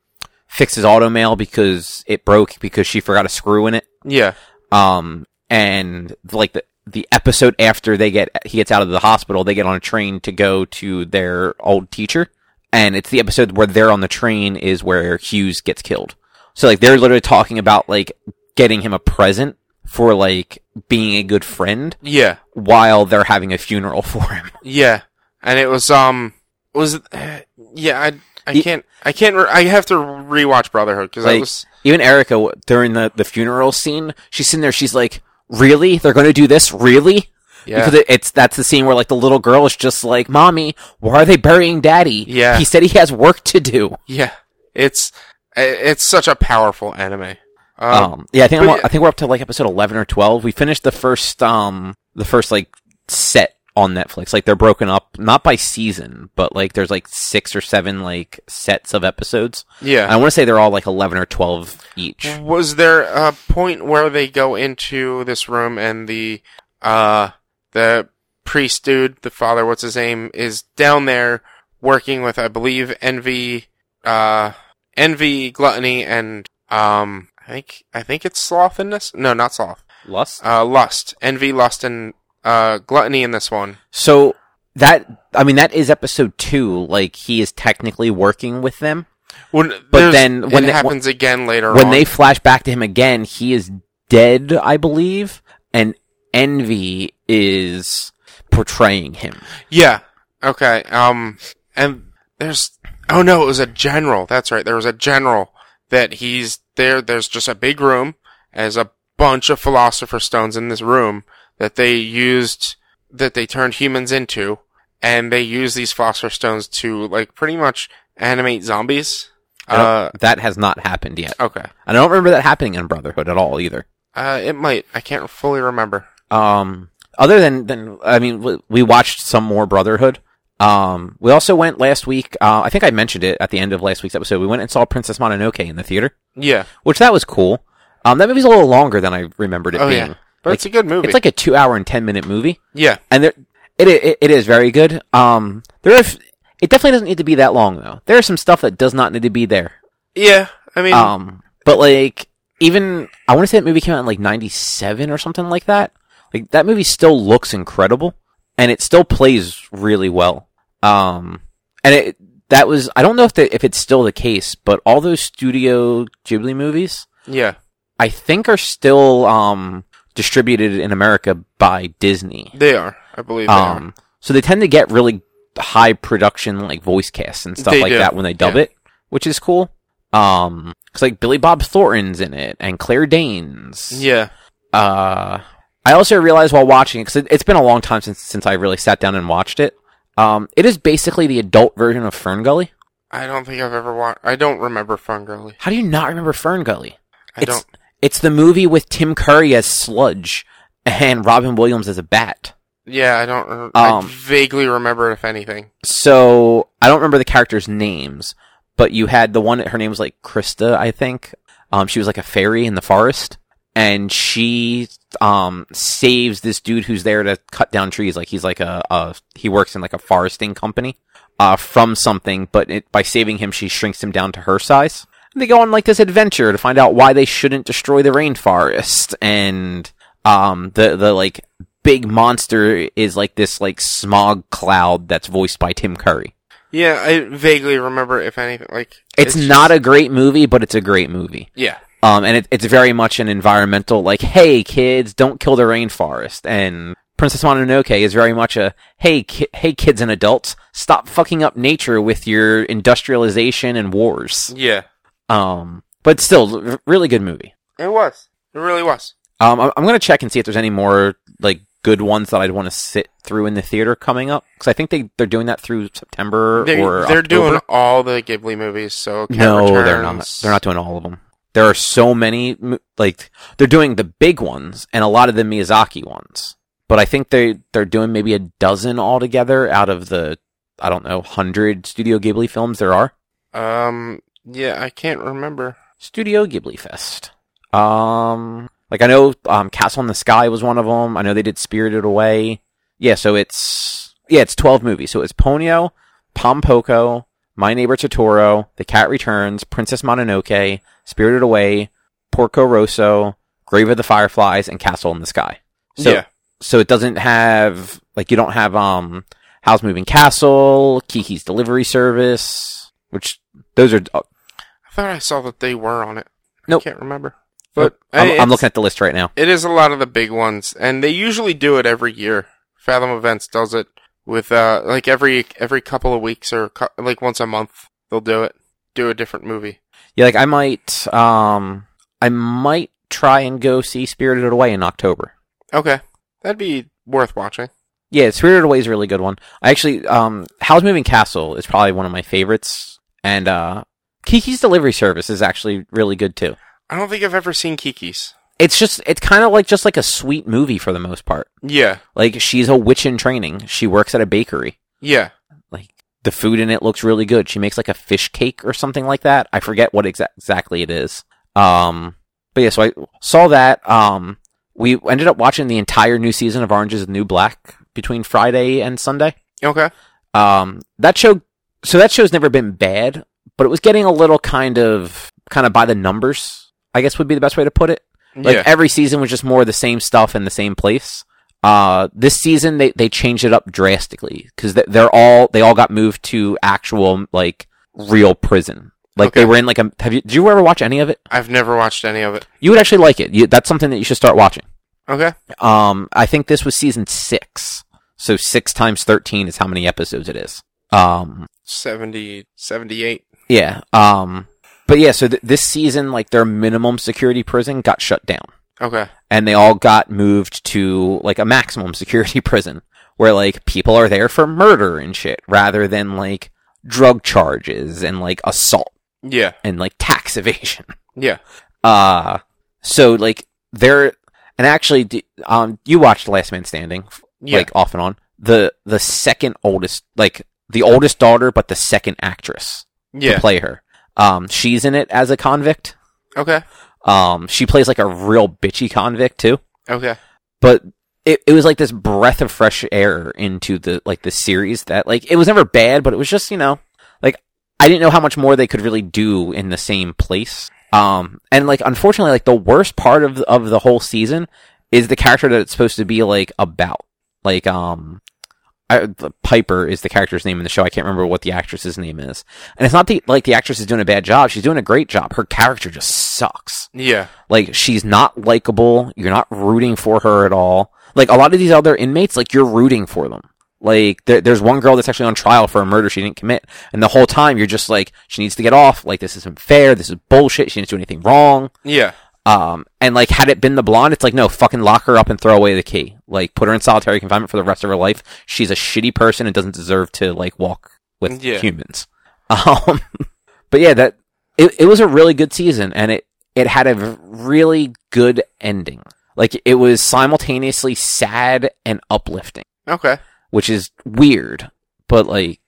fix his auto mail because it broke because she forgot a screw in it. Yeah, Um and like the the episode after they get he gets out of the hospital, they get on a train to go to their old teacher. And it's the episode where they're on the train is where Hughes gets killed. So like they're literally talking about like getting him a present for like being a good friend yeah, while they're having a funeral [LAUGHS] for him. yeah. And it was um was [SIGHS] it- yeah I I Ye- can't I can't re- I have to rewatch Brotherhood because I Like- was Even Erica w- during the the funeral scene, she's sitting there. She's like, "Really? They're going to do this? Really?" yeah Because it, it's that's the scene where like the little girl is just like, "Mommy, why are they burying Daddy? Yeah. he said he has work to do." yeah it's i- it's such a powerful anime. Um, Um, yeah, I think I'm, but on- yeah- I think we're up to like episode eleven or twelve. We finished the first um the first like set on Netflix. Like they're broken up not by season, but like there's like six or seven like sets of episodes. I yeah. want to say they're all like eleven or twelve each. Was there a point where they go into this room and the uh the priest dude, the father, what's his name, is down there working with I believe envy uh envy, gluttony and um I think I think it's slothiness? No, not sloth. Lust. Uh lust. Envy, lust and uh gluttony in this one. So that I mean that is episode two. Like he is technically working with them. When, But there's- then when it they- happens again later When on. they flash back to him again, he is dead, I believe, and envy is portraying him. Yeah. Okay. Um, and there's, oh no, it was a general. That's right. There was a general that he's there. There's just a big room. and There's a bunch of philosopher stones in this room that they used, that they turned humans into. And they use these philosopher stones to, like, pretty much animate zombies. I don't- Uh, that has not happened yet. okay. I don't remember that happening in Brotherhood at all either. Uh, it might. I can't fully remember. Um, other than than I mean, we- we watched some more Brotherhood. Um, we also went last week. Uh, I think I mentioned it at the end of last week's episode. We went and saw Princess Mononoke in the theater, Yeah. which that was cool. Um, that movie's a little longer than I remembered it Oh, being. yeah. But it's a good movie. It's like a two hour and ten minute movie, yeah. and there, it, it it is very good. Um, there are, f- it definitely doesn't need to be that long though. There is some stuff that does not need to be there. Yeah. I mean, Um, but like even I want to say that movie came out in like '97 or something like that. Like that movie still looks incredible, and it still plays really well. Um, and it that was I don't know if the, if it's still the case, but all those Studio Ghibli movies yeah. I think are still um distributed in America by Disney. They are. I believe they are. Um, so they tend to get really high production like voice casts and stuff They like do, that when they dub yeah. it, which is cool. Um, cause like Billy Bob Thornton's in it and Claire Danes. Yeah. Uh, I also realized while watching it, cause it, it's been a long time since, since I really sat down and watched it. Um, it is basically the adult version of Fern Gully. I don't think I've ever watched. I don't remember Fungirly. How do you not remember Fern Gully? I It's, don't. it's the movie with Tim Curry as Sludge and Robin Williams as a bat. Yeah, I don't. re- I Um, vaguely remember if anything. so I don't remember the characters' names, but you had the one. Her name was like Krista, I think. Um, she was like a fairy in the forest, and she um saves this dude who's there to cut down trees. Like he's like a, a he works in like a foresting company, uh, from something. But it, by saving him, she shrinks him down to her size. And they go on like this adventure to find out why they shouldn't destroy the rainforest, and um the the like big monster is like this like smog cloud that's voiced by Tim Curry. Yeah, I vaguely remember if anything. Like It's, not a great movie, but it's a great movie. Yeah. Um, and it, it's very much an environmental like, hey kids, don't kill the rainforest. And Princess Mononoke is very much a hey ki- hey kids and adults, stop fucking up nature with your industrialization and wars. Yeah. Um, but still, r- really good movie. It was. It really was. Um, I- I'm gonna check and see if there's any more like good ones that I'd want to sit through in the theater coming up because I think they they're doing that through September They, or they're October. doing all the Ghibli movies, so Cat no, Returns, they're not. They're not doing all of them. There are so many mo- like they're doing the big ones and a lot of the Miyazaki ones, but I think they they're doing maybe a dozen altogether out of the I don't know hundred Studio Ghibli films there are. Um. Yeah, I can't remember. Studio Ghibli Fest. Um, like I know, um, Castle in the Sky was one of them. I know they did Spirited Away. Yeah, so it's yeah, it's twelve movies. So it's Ponyo, Pom Poko, My Neighbor Totoro, The Cat Returns, Princess Mononoke, Spirited Away, Porco Rosso, Grave of the Fireflies, and Castle in the Sky. So yeah. so it doesn't have like you don't have um House Moving Castle, Kiki's Delivery Service, which those are uh, I thought I saw that they were on it. Nope. I can't remember. But I'm, I'm hey, it's- looking at the list right now. It is a lot of the big ones, and they usually do it every year. Fathom Events does it with uh, like every every couple of weeks or cou- like once a month. They'll do it, do a different movie. Yeah, like I might, um, I might try and go see Spirited Away in October. Okay, that'd be worth watching. Yeah, Spirited Away is a really good one. I actually, um, Howl's Moving Castle is probably one of my favorites, and uh, Kiki's Delivery Service is actually really good too. I don't think I've ever seen Kiki's. It's just, it's kind of like just like a sweet movie for the most part. Yeah, Like she's a witch in training. She works at a bakery. yeah, Like the food in it looks really good. She makes like a fish cake or something like that. I forget what exa- exactly it is. Um, but yeah, so I saw that. Um, we ended up watching the entire new season of Orange is the New Black between Friday and Sunday. okay, Um, that show, so that show's never been bad, but it was getting a little kind of, kind of by the numbers, I guess would be the best way to put it. Like yeah, every season was just more of the same stuff in the same place. Uh, this season they, they changed it up drastically because they're all they all got moved to actual like real prison. Like they Okay. were in like a have you did you ever watch any of it? I've never watched any of it. You would actually like it. You, that's something that you should start watching. Okay, Um, I think this was season six, so six times thirteen is how many episodes it is. Um, 70, 78. yeah. Um, but yeah, so th- this season like their minimum security prison got shut down. Okay, and they all got moved to like a maximum security [LAUGHS] prison where like people are there for murder and shit rather than like drug charges and like assault Yeah. and like tax [LAUGHS] evasion. Yeah. Uh so like there and actually d- um you watched Last Man Standing Yeah. like off and on. The the second oldest like the oldest daughter but the second actress to yeah. play her. Um she's in it as a convict. Okay. Um she plays like a real bitchy convict too. Okay. But it, it was like this breath of fresh air into the like the series that like it was never bad but it was just, you know, like I didn't know how much more they could really do in the same place. Um and like unfortunately like the worst part of of the whole season is the character that it's supposed to be like about. Like um I, the Piper is the character's name in the show. I can't remember what the actress's name is. And it's not the like the actress is doing a bad job. She's doing a great job. Her character just sucks Yeah. like she's not likable you're not rooting for her at all like a lot of these other inmates like you're rooting for them like there, there's one girl that's actually on trial for a murder she didn't commit and the whole time you're just like she needs to get off like this isn't fair this is bullshit she didn't do anything wrong Yeah. um and like had it been the blonde it's like no fucking lock her up and throw away the key like put her in solitary confinement for the rest of her life she's a shitty person and doesn't deserve to like walk with Yeah. humans [LAUGHS] um but yeah that it, it was a really good season and it it had a v- really good ending like it was simultaneously sad and uplifting Okay. which is weird but like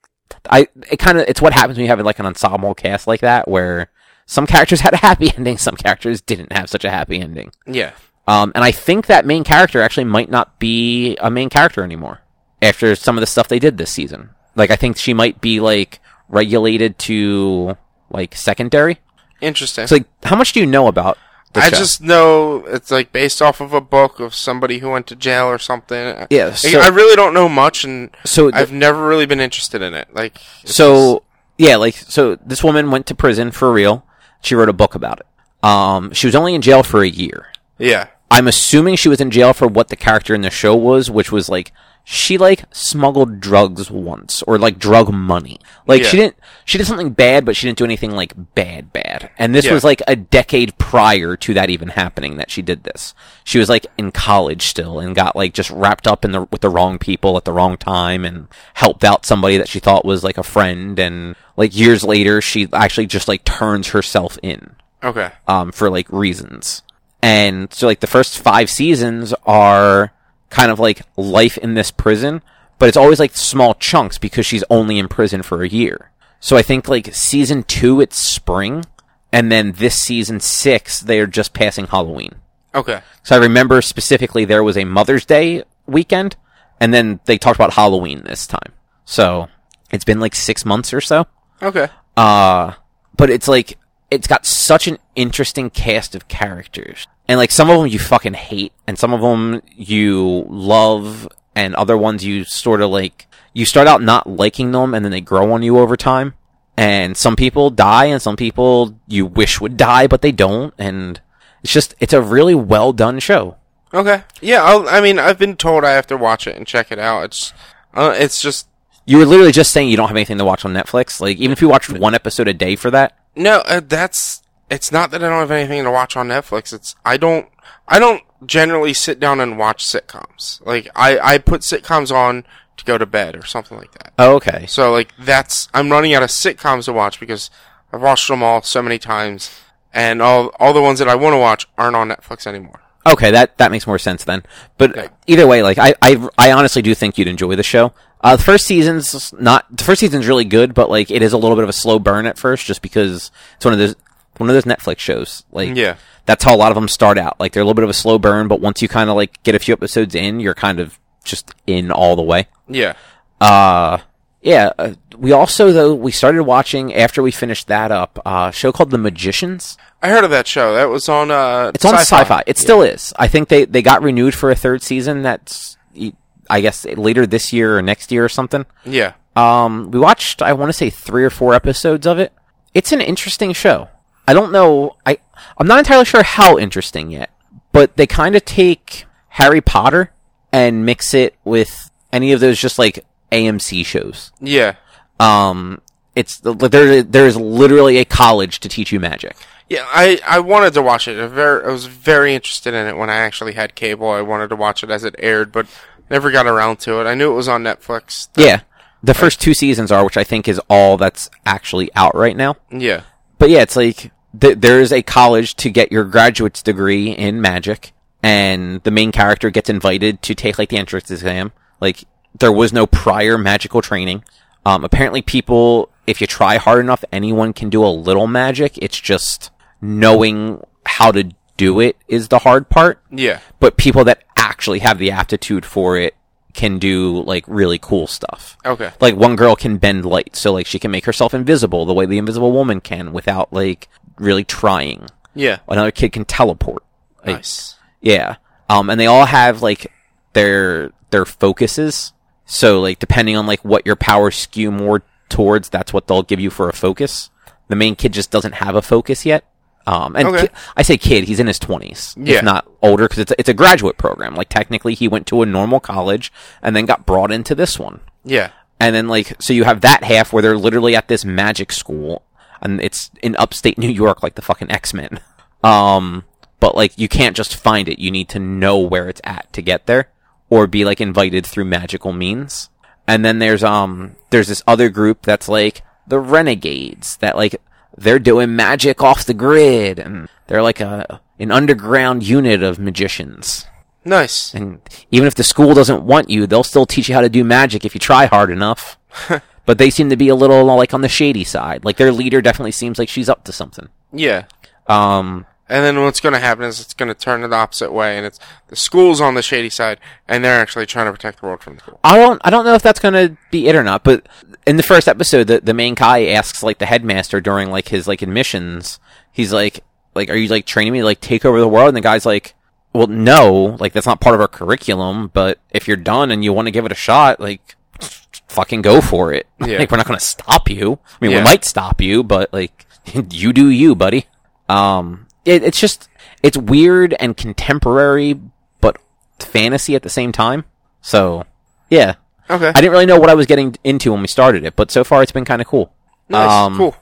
i it kind of it's what happens when you have like an ensemble cast like that where some characters [LAUGHS] had a happy ending some characters didn't have such a happy ending Yeah. um, and i think that main character actually might not be a main character anymore after some of the stuff they did this season like i think she might be like regulated to like secondary Interesting. it's like how much do you know about the I show? just know it's like based off of a book of somebody who went to jail or something. yeah Like, so, I really don't know much, and so the- I've never really been interested in it. Like, it's So yeah, like so this woman went to prison for real. She wrote a book about it. Um, she was only in jail for a year. just- yeah, I'm assuming she was in jail for what the character in the show was, which was like she like smuggled drugs once or like drug money. Like she Yeah. didn't she did something bad, but she didn't do anything like bad bad. And this Yeah. was like a decade prior to that even happening that she did this. She was like in college still and got like just wrapped up in the with the wrong people at the wrong time and helped out somebody that she thought was like a friend and like years later she actually just like turns herself in okay, um, for like reasons. And so like the first five seasons are kind of like life in this prison, but it's always like small chunks because she's only in prison for a year. So I think like season two, it's spring. And then this season six, they're just passing Halloween. okay, So I remember specifically there was a Mother's Day weekend and then they talked about Halloween this time. So it's been like six months or so. okay, Uh, but it's like, it's got such an interesting cast of characters. And like some of them you fucking hate, and some of them you love, and other ones you sort of like, you start out not liking them, and then they grow on you over time. And some people die, and some people you wish would die, but they don't. And it's just, it's a really well done show. okay. Yeah, I'll, I mean, I've been told I have to watch it and check it out. It's, uh, it's just You were literally just saying you don't have anything to watch on Netflix. Like, even if you watched one episode a day for that, no. Uh, that's it's not that I don't have anything to watch on Netflix. It's I don't I don't generally sit down and watch sitcoms. Like I I put sitcoms on to go to bed or something like that. oh, okay. So like that's I'm running out of sitcoms to watch because I've watched them all so many times, and all all the ones that I want to watch aren't on Netflix anymore. Okay, that that makes more sense then. But Okay. either way, like I, I I honestly do think you'd enjoy the show. Uh, the first season's not the first season's really good, but like it is a little bit of a slow burn at first, just because it's one of those one of those Netflix shows. Like Yeah. that's how a lot of them start out. Like they're a little bit of a slow burn, but once you kind of like get a few episodes in, you're kind of just in all the way. Yeah. Uh, yeah. Uh, we also though we started watching after we finished that up uh, a show called The Magicians. I heard of that show. That was on uh It's on sci-fi. It still is. I think they, they got renewed for a third season. That's I guess later this year or next year or something. Yeah. Um, we watched I want to say three or four episodes of it. It's an interesting show. I don't know. I I'm not entirely sure how interesting yet, but they kind of take Harry Potter and mix it with any of those just like AMC shows. Yeah. Um, it's there. There is literally a college to teach you magic. Yeah, I, I wanted to watch it. I, ver- I was very interested in it when I actually had cable. I wanted to watch it as it aired, but never got around to it. I knew it was on Netflix. Yeah. The first two seasons are, which I think is all that's actually out right now. Yeah. but yeah, it's like th- there is a college to get your graduate's degree in magic, and the main character gets invited to take like the entrance exam. Like there was no prior magical training. Um, apparently, people, if you try hard enough, anyone can do a little magic. It's just knowing how to do it is the hard part. Yeah. But people that actually have the aptitude for it can do like really cool stuff Okay. like one girl can bend light so like she can make herself invisible the way the invisible woman can without like really trying Yeah. another kid can teleport Like, Nice. yeah um and they all have like their their focuses so like depending on like what your powers skew more towards that's what they'll give you for a focus the main kid just doesn't have a focus yet um and Okay. ki- i say kid he's in his 20s Yeah. if not older because it's, a- it's a graduate program like technically he went to a normal college and then got brought into this one Yeah. and then like so you have that half where they're literally at this magic school and it's in upstate New York like the fucking X-Men. Um but like you can't just find it. You need to know where it's at to get there or be like invited through magical means. And then there's um there's this other group that's like the renegades that like they're doing magic off the grid and they're like a an underground unit of magicians. Nice. And even if the school doesn't want you, they'll still teach you how to do magic if you try hard enough. but they seem to be a little like on the shady side. Like their leader definitely seems like she's up to something. Yeah. Um, And then what's going to happen is it's going to turn the opposite way, and it's the school's on the shady side, and they're actually trying to protect the world from the school. I don't, I don't know if that's gonna be it or not. But in the first episode, the the main guy asks like the headmaster during like his like admissions. He's like, like, are you like training me to like take over the world? And the guy's like, well, no, like that's not part of our curriculum. But if you're done and you want to give it a shot, like, fucking go for it. [LAUGHS] Yeah. like we're not gonna stop you. I mean, Yeah. we might stop you, but like, [LAUGHS] you do you, buddy. Um, it, it's just it's weird and contemporary, but fantasy at the same time. So, yeah, Okay. I didn't really know what I was getting into when we started it, but so far it's been kind of cool. Nice. um, cool.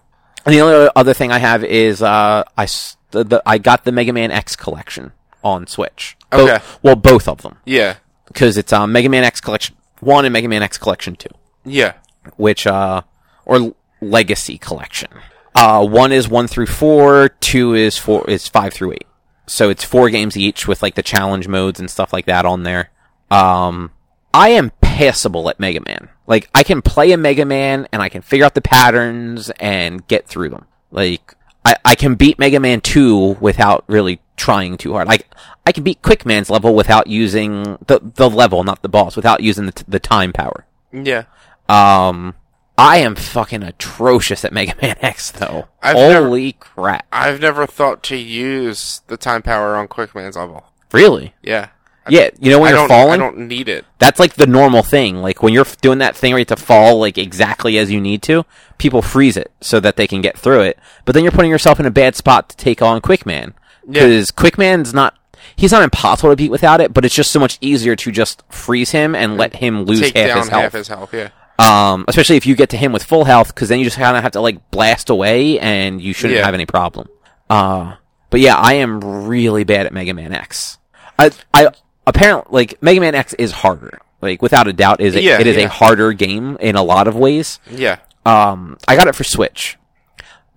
And the only other thing I have is uh, I s- the, the, I got the Mega Man X collection on Switch. Bo- Okay. well, both of them Yeah. because it's um, Mega Man X Collection One and Mega Man X Collection Two Yeah. which uh or l- legacy collection. Uh one is 1 through 4, 2 is 4 is 5 through 8. So it's four games each with like the challenge modes and stuff like that on there. Um I am passable at Mega Man. Like I can play a Mega Man and I can figure out the patterns and get through them. Like I, I can beat Mega Man 2 without really trying too hard. Like I can beat Quick Man's level without using the the level, not the boss, without using the, t- the time power. Yeah. Um, I am fucking atrocious at Mega Man X though. I've Holy crap! I've never thought to use the time power on Quick Man's level. Really? Yeah. Yeah, you know when I you're don't. I falling, don't need it. that's like the normal thing. Like when you're f- doing that thing where you have to fall like exactly as you need to, people freeze it so that they can get through it. But then you're putting yourself in a bad spot to take on Quickman Yeah. because Quickman's not. He's not impossible to beat without it, but it's just so much easier to just freeze him and let him lose Take half down his health. half his health. Yeah. Um, especially if you get to him with full health, because then you just kind of have to like blast away, and you shouldn't Yeah. have any problem. Uh, but yeah, I am really bad at Mega Man X. I, I apparently like Mega Man X is harder, like without a doubt, is it? Yeah, it is yeah. a harder game in a lot of ways. Yeah. Um, I got it for Switch.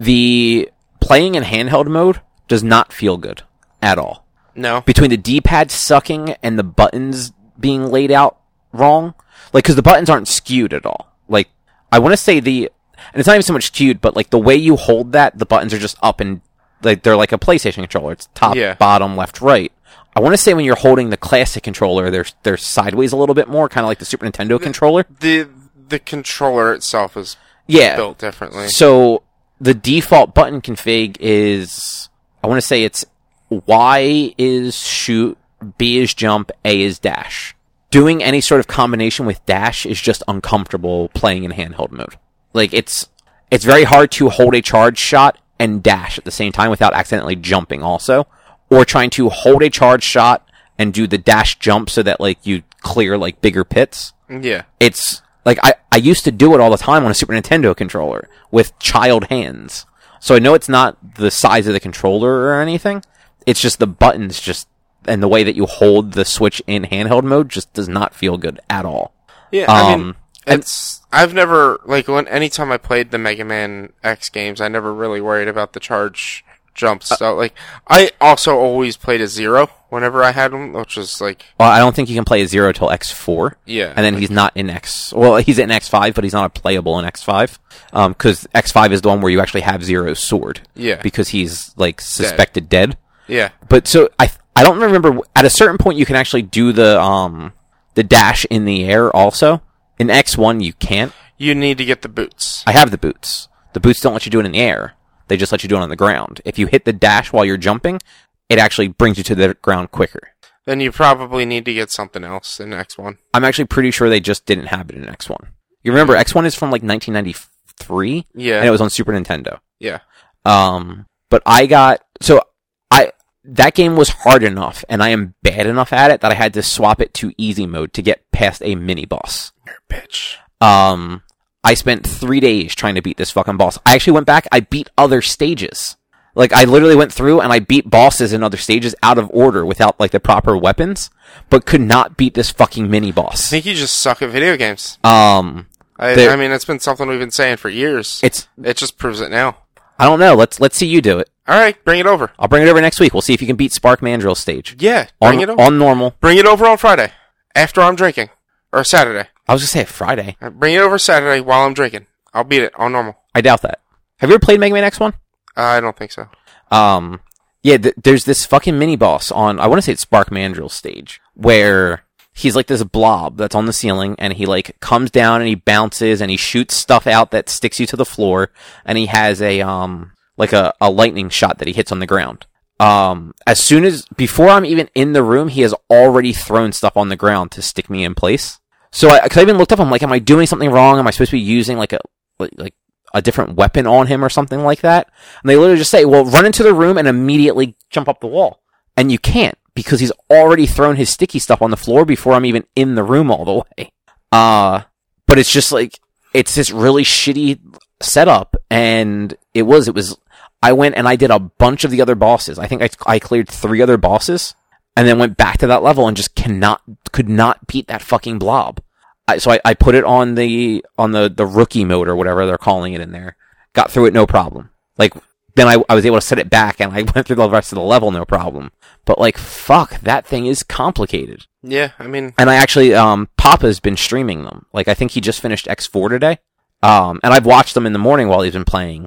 The playing in handheld mode does not feel good at all No. between the D-pad sucking and the buttons being laid out wrong. Like, cause the buttons aren't skewed at all. Like, I want to say the, and it's not even so much skewed, but like the way you hold that, the buttons are just up and like they're like a PlayStation controller. It's top, Yeah. bottom, left, right. I want to say when you're holding the classic controller, they're they're sideways a little bit more, kind of like the Super Nintendo controller. The the controller itself is Yeah. built differently. So the default button config is I want to say it's Y is shoot, B is jump, A is dash. Doing any sort of combination with dash is just uncomfortable playing in handheld mode. Like it's it's very hard to hold a charge shot and dash at the same time without accidentally jumping also or trying to hold a charge shot and do the dash jump so that like you clear like bigger pits Yeah. it's like I, I used to do it all the time on a Super Nintendo controller with child hands. So I know it's not the size of the controller or anything. It's just the buttons just and the way that you hold the Switch in handheld mode just does not feel good at all. Yeah, I mean, Um, And- It's I've never like when anytime I played the Mega Man X games, I never really worried about the charge Uh, jumps. so like I also always played a zero whenever I had them, which is like Well, I don't think you can play a zero till X four. yeah, and then he's not in X. Well, he's in X five, but he's not a playable in X five because X five is the one where you actually have Zero's sword. Yeah. because he's like suspected dead. yeah, But so I I don't remember at a certain point you can actually do the um the dash in the air also. In X one you can't. you need to get the boots. I have the boots. The boots don't let you do it in the air. They just let you do it on the ground. If you hit the dash while you're jumping, it actually brings you to the ground quicker. Then you probably need to get something else in X one. I'm actually pretty sure they just didn't have it in X1. You remember X1 is from like 1993 Yeah, and it was on Super Nintendo. yeah, Um but I got so I that game was hard enough and I am bad enough at it that I had to swap it to easy mode to get past a mini boss. bitch. Um I spent 3 days trying to beat this fucking boss. I actually went back, I beat other stages. Like I literally went through and I beat bosses in other stages out of order without like the proper weapons, but could not beat this fucking mini I boss. think you just suck at video games. Um I, There- I mean, it's been something we've been saying for years. It's it just proves it now. I don't know. Let's let's see you do it. All right, bring it over. I'll bring it over next week. We'll see if you can beat Spark Mandrill stage. Yeah, On, bring it over. on normal. bring it over on Friday after I'm drinking or Saturday. I was gonna say Friday. Uh, Bring it over Saturday while I'm drinking. I'll beat it on normal. I doubt that. Have you ever played Mega Man X one? Uh, I don't think so. Um, yeah. Th- there's this fucking mini boss on. I want to say it's Spark Mandrill stage where he's like this blob that's on the ceiling, and he like comes down and he bounces and he shoots stuff out that sticks you to the floor, and he has a um like a, a lightning shot that he hits on the ground. Um, as soon as before I'm even in the room, he has already thrown stuff on the ground to stick me in place. So I, cause I even looked up, I'm like, am I doing something wrong? Am I supposed to be using like a like, like a different weapon on him or something like that? And they literally just say, well, run into the room and immediately jump up the wall, and you can't because he's already thrown his sticky stuff on the floor before I'm even in the room all the way. Uh, but it's just like it's this really shitty setup, and it was it was. I went and I did a bunch of the other bosses. I think I I cleared three other bosses, and then went back to that level and just cannot could not beat that fucking blob. I, so I, I put it on the on the the rookie mode or whatever they're calling it in there. Got through it no problem. Like then I I was able to set it back and I [LAUGHS] went through the rest of the level no problem. But like fuck, that thing is complicated. Yeah, I mean, And I actually, um, Papa's been streaming them. Like, I think he just finished X4 today. Um, and I've watched them in the morning while he's been playing.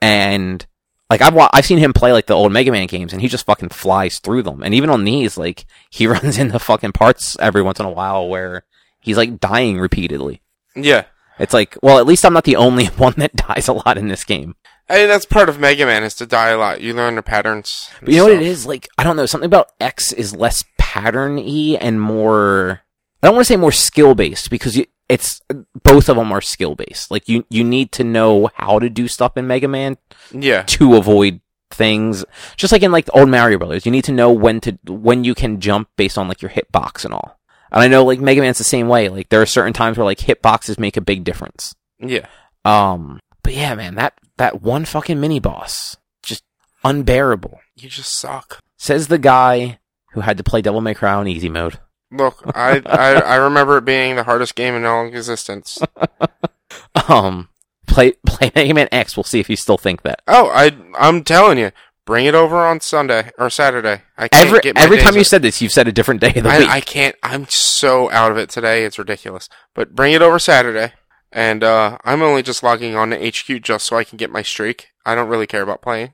And, like, I've, wa- I've seen him play, like, the old Mega Man games, and he just fucking flies through them. And even on these, like, [LAUGHS] he runs into fucking parts every once in a while where he's, like, dying repeatedly. yeah. It's like, well, at least I'm not the only [LAUGHS] one that dies a lot in this game. I mean, that's part of Mega Man is to die a lot. You learn the patterns. and But you know what it stuff. is? Like, I don't know. Something about X is less pattern y and more. I don't want to say more skill based because you, it's both of them are skill based. Like you, you need to know how to do stuff in Mega Man Yeah, to avoid things. Just like in like the old Mario Brothers, you need to know when to when you can jump based on like your hitbox and all. And I know like Mega Man's the same way. Like there are certain times where like hitboxes make a big difference. yeah. Um, but yeah, man, that that one fucking mini boss just unbearable. You just suck. Says the guy who had to play Devil May Cry on easy mode. [LAUGHS] Look, I, I I remember it being the hardest game in all [LAUGHS] existence. Um, play play Mega Man X. We'll see if you still think that. Oh, I I'm telling you, bring it over on Sunday or Saturday. I can't Every get my every days time you up. said this, you've said a different day of the week. I, I can't. I'm so out of it today. It's ridiculous. But bring it over Saturday, and uh, I'm only just logging on to HQ just so I can get my streak. I don't really care about playing.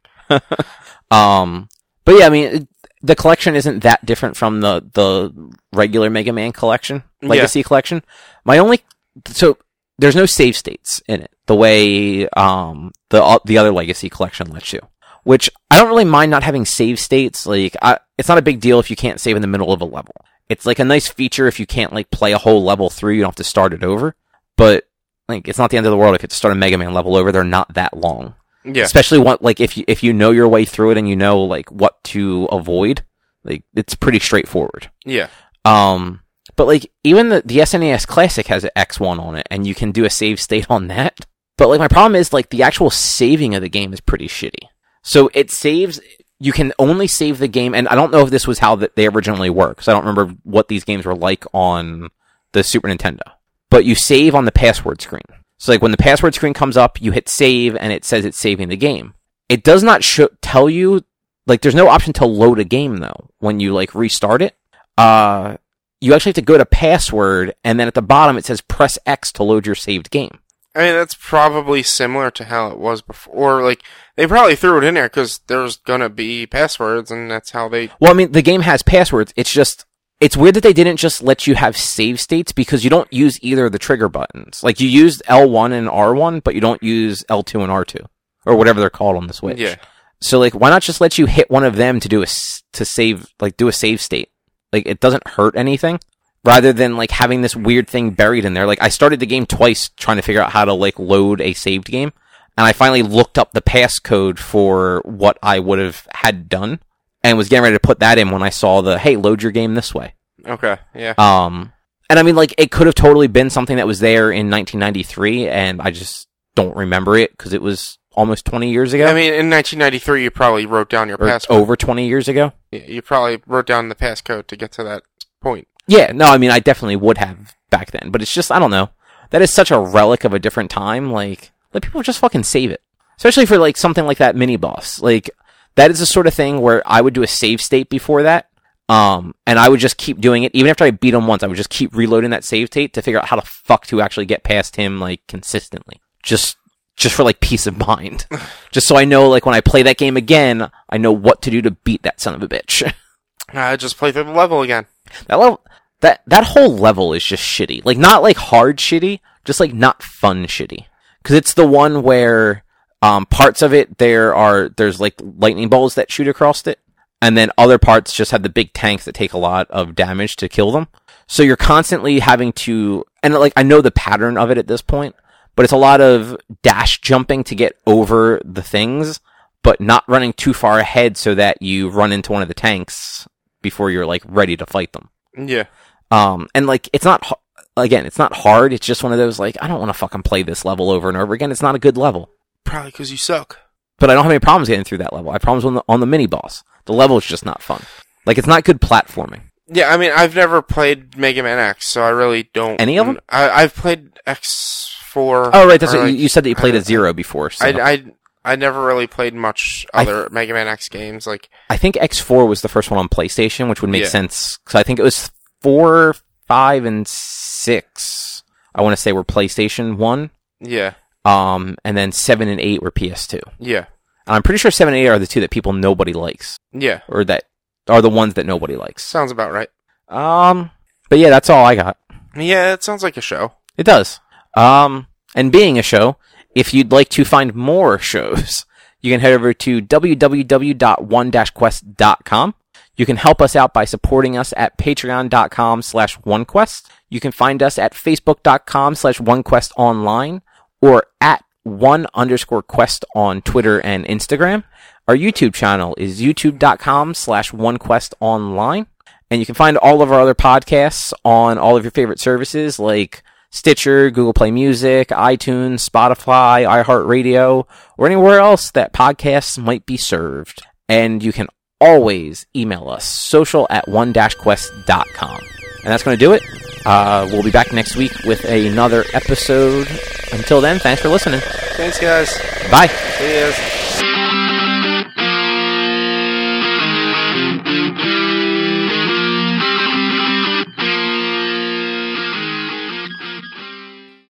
um, but yeah, I mean, it, the collection isn't that different from the the regular Mega Man collection, Yeah. Legacy collection. My only so there's no save states in it the way um the o- the other Legacy collection lets you. Which I don't really mind not having save states. Like, I, it's not a big deal if you can't save in the middle of a level. It's like a nice feature if you can't like play a whole level through. You don't have to start it over. But like, it's not the end of the world if you have to start a Mega Man level over. They're not that long Yeah, especially what like if you if you know your way through it and you know like what to avoid like it's pretty straightforward yeah, um but like even the, the snes classic has an x1 on it and you can do a save state on that but like my problem is like the actual saving of the game is pretty shitty so it saves you can only save the game and i don't know if this was how that they originally worked 'cause i don't remember what these games were like on the super nintendo but you save on the password screen. So like when the password screen comes up, you hit save and it says it's saving the game. It does not show, tell you like there's no option to load a game though when you like restart it. Uh you actually have to go to password and then at the bottom it says press X to load your saved game. I mean, that's probably similar to how it was before. Like, they probably threw it in there because there's gonna be passwords, and that's how they. Well, I mean, the game has passwords. It's just it's weird that they didn't just let you have save states because you don't use either of the trigger buttons. Like you used L1 and R1, but you don't use L2 and R2 or whatever they're called on the Switch. Yeah. So like, why not just let you hit one of them to do a s- to save like do a save state? Like it doesn't hurt anything. Rather than like having this weird thing buried in there. Like I started the game twice trying to figure out how to like load a saved game, and I finally looked up the passcode for what I would have had done, and was getting ready to put that in when I saw the hey load your game this way. Okay. Yeah. Um, and I mean, like, it could have totally been something that was there in 1993, and I just don't remember it because it was almost 20 years ago. I mean, in 1993, you probably wrote down your or oh. password. over 20 years ago. Yeah, You probably wrote down the passcode to get to that point. Yeah, no, I mean, I definitely would have back then, but it's just, I don't know. That is such a relic of a different time. Like, let people just fucking save it. Especially for, like, something like that mini boss. Like, that is the sort of thing where I would do a save state before that. Um, and I would just keep doing it. Even after I beat him once, I would just keep reloading that save state to figure out how the fuck to actually get past him, like, consistently. Just, just for, like, peace of mind. just so I know, like, when I play that game again, I know what to do to beat that son of a bitch. Uh, just play through the level again. That level, that that whole level is just shitty. Like not like hard shitty, just like not fun shitty. Because it's the one where um, parts of it there are there's like lightning bolts that shoot across it, and then other parts just have the big tanks that take a lot of damage to kill them. So you're constantly having to, and like I know the pattern of it at this point, but it's a lot of dash jumping to get over the things, but not running too far ahead so that you run into one of the tanks before you're like ready to fight them. Yeah. Um, and like, it's not, h- again, it's not hard. It's just one of those, like, I don't want to fucking play this level over and over again. It's not a good level, Probably because you suck. but I don't have any problems getting through that level. I have problems on the, on the mini boss. The level is just not fun. Like, it's not good platforming. Yeah, I mean, I've never played Mega Man X, so I really don't. Any of 'em? I, I've played X4. Oh, right. That's what or, you, like, you said that you played I- a zero before. So I, I, I, I never really played much I th- other Mega Man X games. Like, think X4 was the first one on PlayStation, which would make Yeah. sense. Cause I think it was four, five, and six. I want to say were PlayStation one. yeah, Um, and then seven and eight were PS2. And yeah, I'm pretty sure seven and eight are the two that people nobody likes. yeah. or that are the ones that nobody likes. Sounds about right. Um, but yeah, that's all I got. Yeah, it sounds like a show. It does. Um, and being a show, if you'd like to find more [LAUGHS] shows, you can head over to www.one-quest.com. You can help us out by supporting us at patreon.com slash onequest. You can find us at facebook.com slash onequest online or at one underscore quest on Twitter and Instagram. Our YouTube channel is youtube.com slash onequest online. And you can find all of our other podcasts on all of your favorite services like Stitcher, Google Play Music, iTunes, Spotify, iHeartRadio, or anywhere else that podcasts might be served. And you can always email us social at one quest.com. And that's going to do it. Uh, we'll be back next week with another episode. Until then, thanks for listening. Thanks, guys. Bye. See yous.